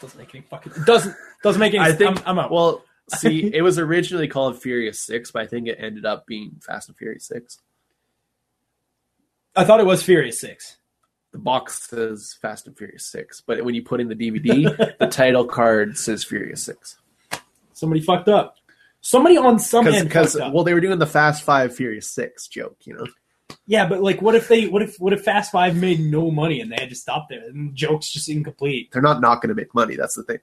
S1: doesn't make any fucking. It doesn't doesn't make any.
S2: I think-
S1: I'm, I'm out.
S2: Well, see, it was originally called Furious Six, but I think it ended up being Fast and Furious Six.
S1: I thought it was Furious Six.
S2: The box says Fast and Furious Six, but when you put in the DVD, the title card says Furious Six.
S1: Somebody fucked up. Somebody on some end
S2: Because
S1: fucked up.
S2: well, they were doing the Fast Five Furious Six joke, you know.
S1: yeah, but like, what if they? What if? What if Fast Five made no money and they had to stop there? And the joke's just incomplete.
S2: They're not not going to make money. That's the thing.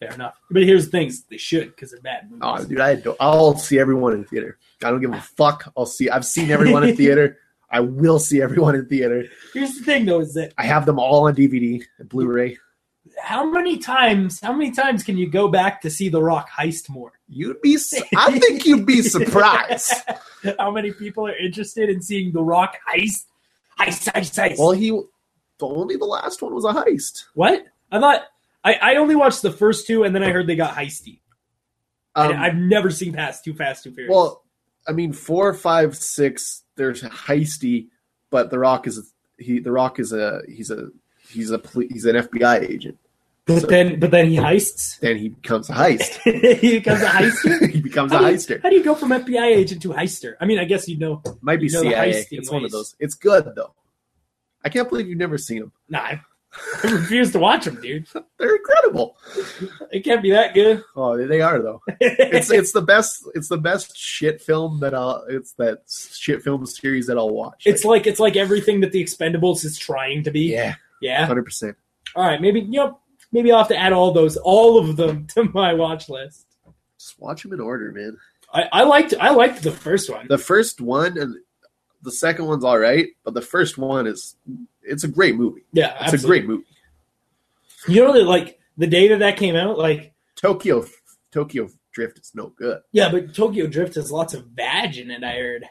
S1: Fair enough. But here's the things they should because they're bad movies.
S2: Oh, dude, I do, I'll see everyone in theater. I don't give a fuck. I'll see. I've seen everyone in theater. I will see everyone in theater.
S1: here's the thing though: is that
S2: I have them all on DVD, and Blu-ray.
S1: how many times? How many times can you go back to see The Rock heist more?
S2: You'd be. su- I think you'd be surprised.
S1: how many people are interested in seeing The Rock heist? Heist, heist, heist.
S2: Well, he the only the last one was a heist.
S1: what? I thought I, I only watched the first two, and then I heard they got heisty.
S2: Um,
S1: And I've never seen past Too Fast, Too Furious.
S2: well, I mean, four, five, six. There's heisty, but The Rock is a, he. The Rock is a he's a he's a poli- he's an FBI agent.
S1: but then, but then he heists.
S2: Then he becomes a heist.
S1: he becomes a heister.
S2: he becomes a
S1: How do, you,
S2: heister.
S1: how do you go from FBI agent to heister? I mean, I guess you know.
S2: Might be
S1: you know the
S2: CIA.
S1: heisting
S2: It's one
S1: ways.
S2: of those. It's good though. I can't believe you've never seen them.
S1: Nah, I, I refuse to watch him, dude.
S2: They're incredible.
S1: It can't be that good.
S2: Oh, they- they are though. It's
S1: It's,
S2: it's the best. It's the best shit film that I'll. It's that shit film series that I'll watch.
S1: like it's like everything that the Expendables is trying to be.
S2: yeah,
S1: Yeah.
S2: hundred percent.
S1: All right. Maybe you know. Maybe I'll have to add all those, all of them, to my watch list.
S2: Just watch them in order, man.
S1: I, I liked. I liked the first one.
S2: The first one and the second one's all right, but the first one is it's a great movie.
S1: yeah,
S2: It's
S1: absolutely.
S2: a great movie.
S1: You know that like the day that that came out, like
S2: Tokyo Tokyo Drift is no good.
S1: yeah, but Tokyo Drift has lots of vag in it. I heard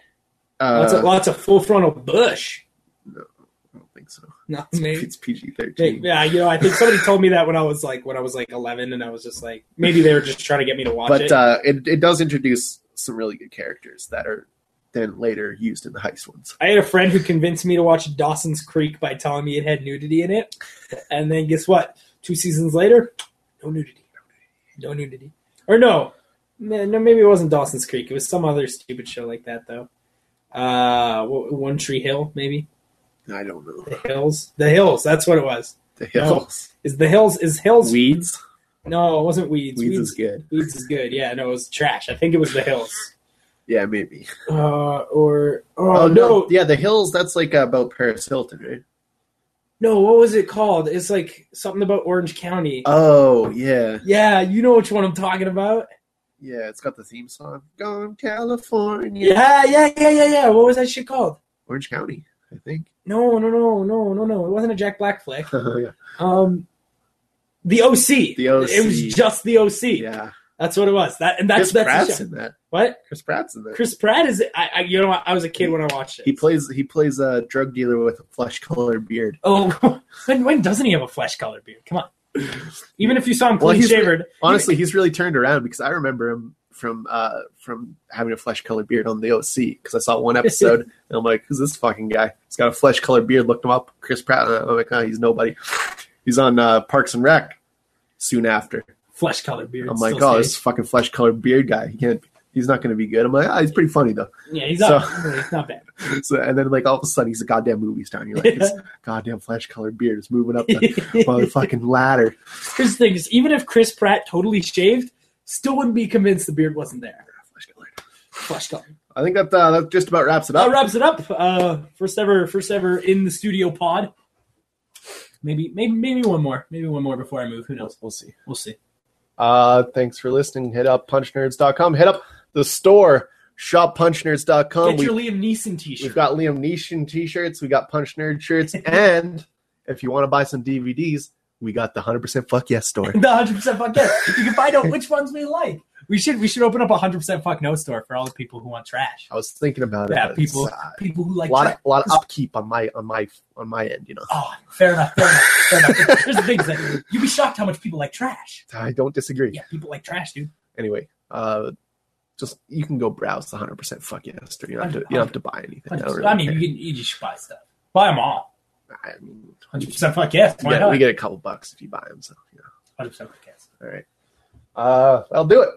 S1: lots of
S2: Uh,
S1: lots of full frontal bush.
S2: I don't think so.
S1: No, maybe
S2: It's PG
S1: They-
S2: thirteen.
S1: yeah, you know, I think somebody told me that when I was like when I was like 11, and I was just like, maybe they were just trying to get me to watch
S2: But
S1: it.
S2: uh, it it does introduce some really good characters that are then later used in the heist ones.
S1: I had a friend who convinced me to watch Dawson's Creek by telling me it had nudity in it, and then guess what? Two seasons later, no nudity, no nudity, or no, no, no, maybe it wasn't Dawson's Creek. It was some other stupid show like that though. Uh, Wo- One Tree Hill, maybe
S2: I don't know
S1: the Hills, the Hills. That's what it was.
S2: the hills,
S1: Is the Hills? Is Hills?
S2: weeds.
S1: no, it wasn't Weeds.
S2: Weeds is good.
S1: Weeds is good. Yeah, no, it was trash. I think it was the Hills.
S2: Yeah, maybe.
S1: uh, or oh, no,
S2: Oh, no, yeah, the hills. That's like about Paris Hilton, right?
S1: no, what was it called? It's like something about Orange County.
S2: Oh yeah,
S1: yeah, you know which one I'm talking about.
S2: yeah. It's got the theme song "Gone California."
S1: Yeah, yeah, yeah, yeah, yeah. What was that shit called?
S2: Orange County, I think.
S1: No, no, no, no, no, no. It wasn't a Jack Black flick.
S2: yeah.
S1: Um, the OC.
S2: The OC.
S1: It was just the OC.
S2: yeah.
S1: That's what it was. That and that's that's
S2: Chris
S1: the
S2: Pratt's
S1: show.
S2: in that.
S1: what
S2: Chris Pratt's in that.
S1: Chris Pratt is. I, I you know what? I was a kid when I watched it.
S2: he plays he plays a drug dealer with a flesh colored beard.
S1: oh, when, when doesn't he have a flesh colored beard? Come on. Even if you saw him
S2: Well,
S1: clean
S2: he's-
S1: shavered,
S2: Honestly, he's really turned around because I remember him from uh from having a flesh colored beard on the OC because I saw one episode and I'm like, who's this fucking guy? He's got a flesh colored beard. Looked him up, Chris Pratt. And I'm like, oh, he's nobody. He's on uh, Parks and Rec. Soon after,
S1: flesh colored beard.
S2: I'm
S1: still
S2: like, oh,
S1: stays.
S2: this fucking flesh colored beard guy. He can't. He's not going to be good. I'm like, ah, he's pretty funny though.
S1: Yeah, he's
S2: So-
S1: not. he's not bad.
S2: So, and then like all of a sudden, he's a goddamn movie star. And you're like, this goddamn flesh colored beard is moving up the
S1: Here's
S2: motherfucking ladder.
S1: the thing: is even if Chris Pratt totally shaved, still wouldn't be convinced the beard wasn't there. Flesh color.
S2: I think that uh, that just about wraps it up.
S1: That wraps it up. Uh, first ever, first ever in the studio pod. Maybe, maybe, maybe one more. Maybe one more before I move. Who knows?
S2: We'll see.
S1: We'll see.
S2: Uh, thanks for listening. Hit up punchnerds.com. Hit up the store, shoppunchnerds.com.
S1: Get
S2: Um, We,
S1: your Liam Neeson T-shirt.
S2: we've got Liam Neeson t shirts, we got Punch Nerd shirts, and if you want to buy some DVDs, we got the 100% Fuck Yes store.
S1: the hundred percent fuck yes. You can find out which ones we like. We should we should open up a hundred percent fuck no store for all the people who want trash.
S2: I was thinking about it.
S1: Yeah,
S2: but it's,
S1: people
S2: uh,
S1: people who
S2: a
S1: like
S2: lot
S1: trash.
S2: of a lot of upkeep on my on my on my end. You know,
S1: Oh, fair enough. Fair enough. Fair enough. Here's the thing: is that you'd be shocked how much people like trash.
S2: I don't disagree.
S1: Yeah, people like trash, dude.
S2: Anyway, uh, just you can go browse the hundred percent fuck yes store. You don't have to you don't have to buy anything. I, don't really
S1: I mean,
S2: care.
S1: you can you just buy stuff. Buy them all.
S2: I mean,
S1: Hundred percent fuck yes.
S2: we
S1: Why
S2: get, we
S1: not?
S2: get a couple bucks if you buy them. So yeah,
S1: Hundred percent fuck yes.
S2: all right. Uh, that'll do it.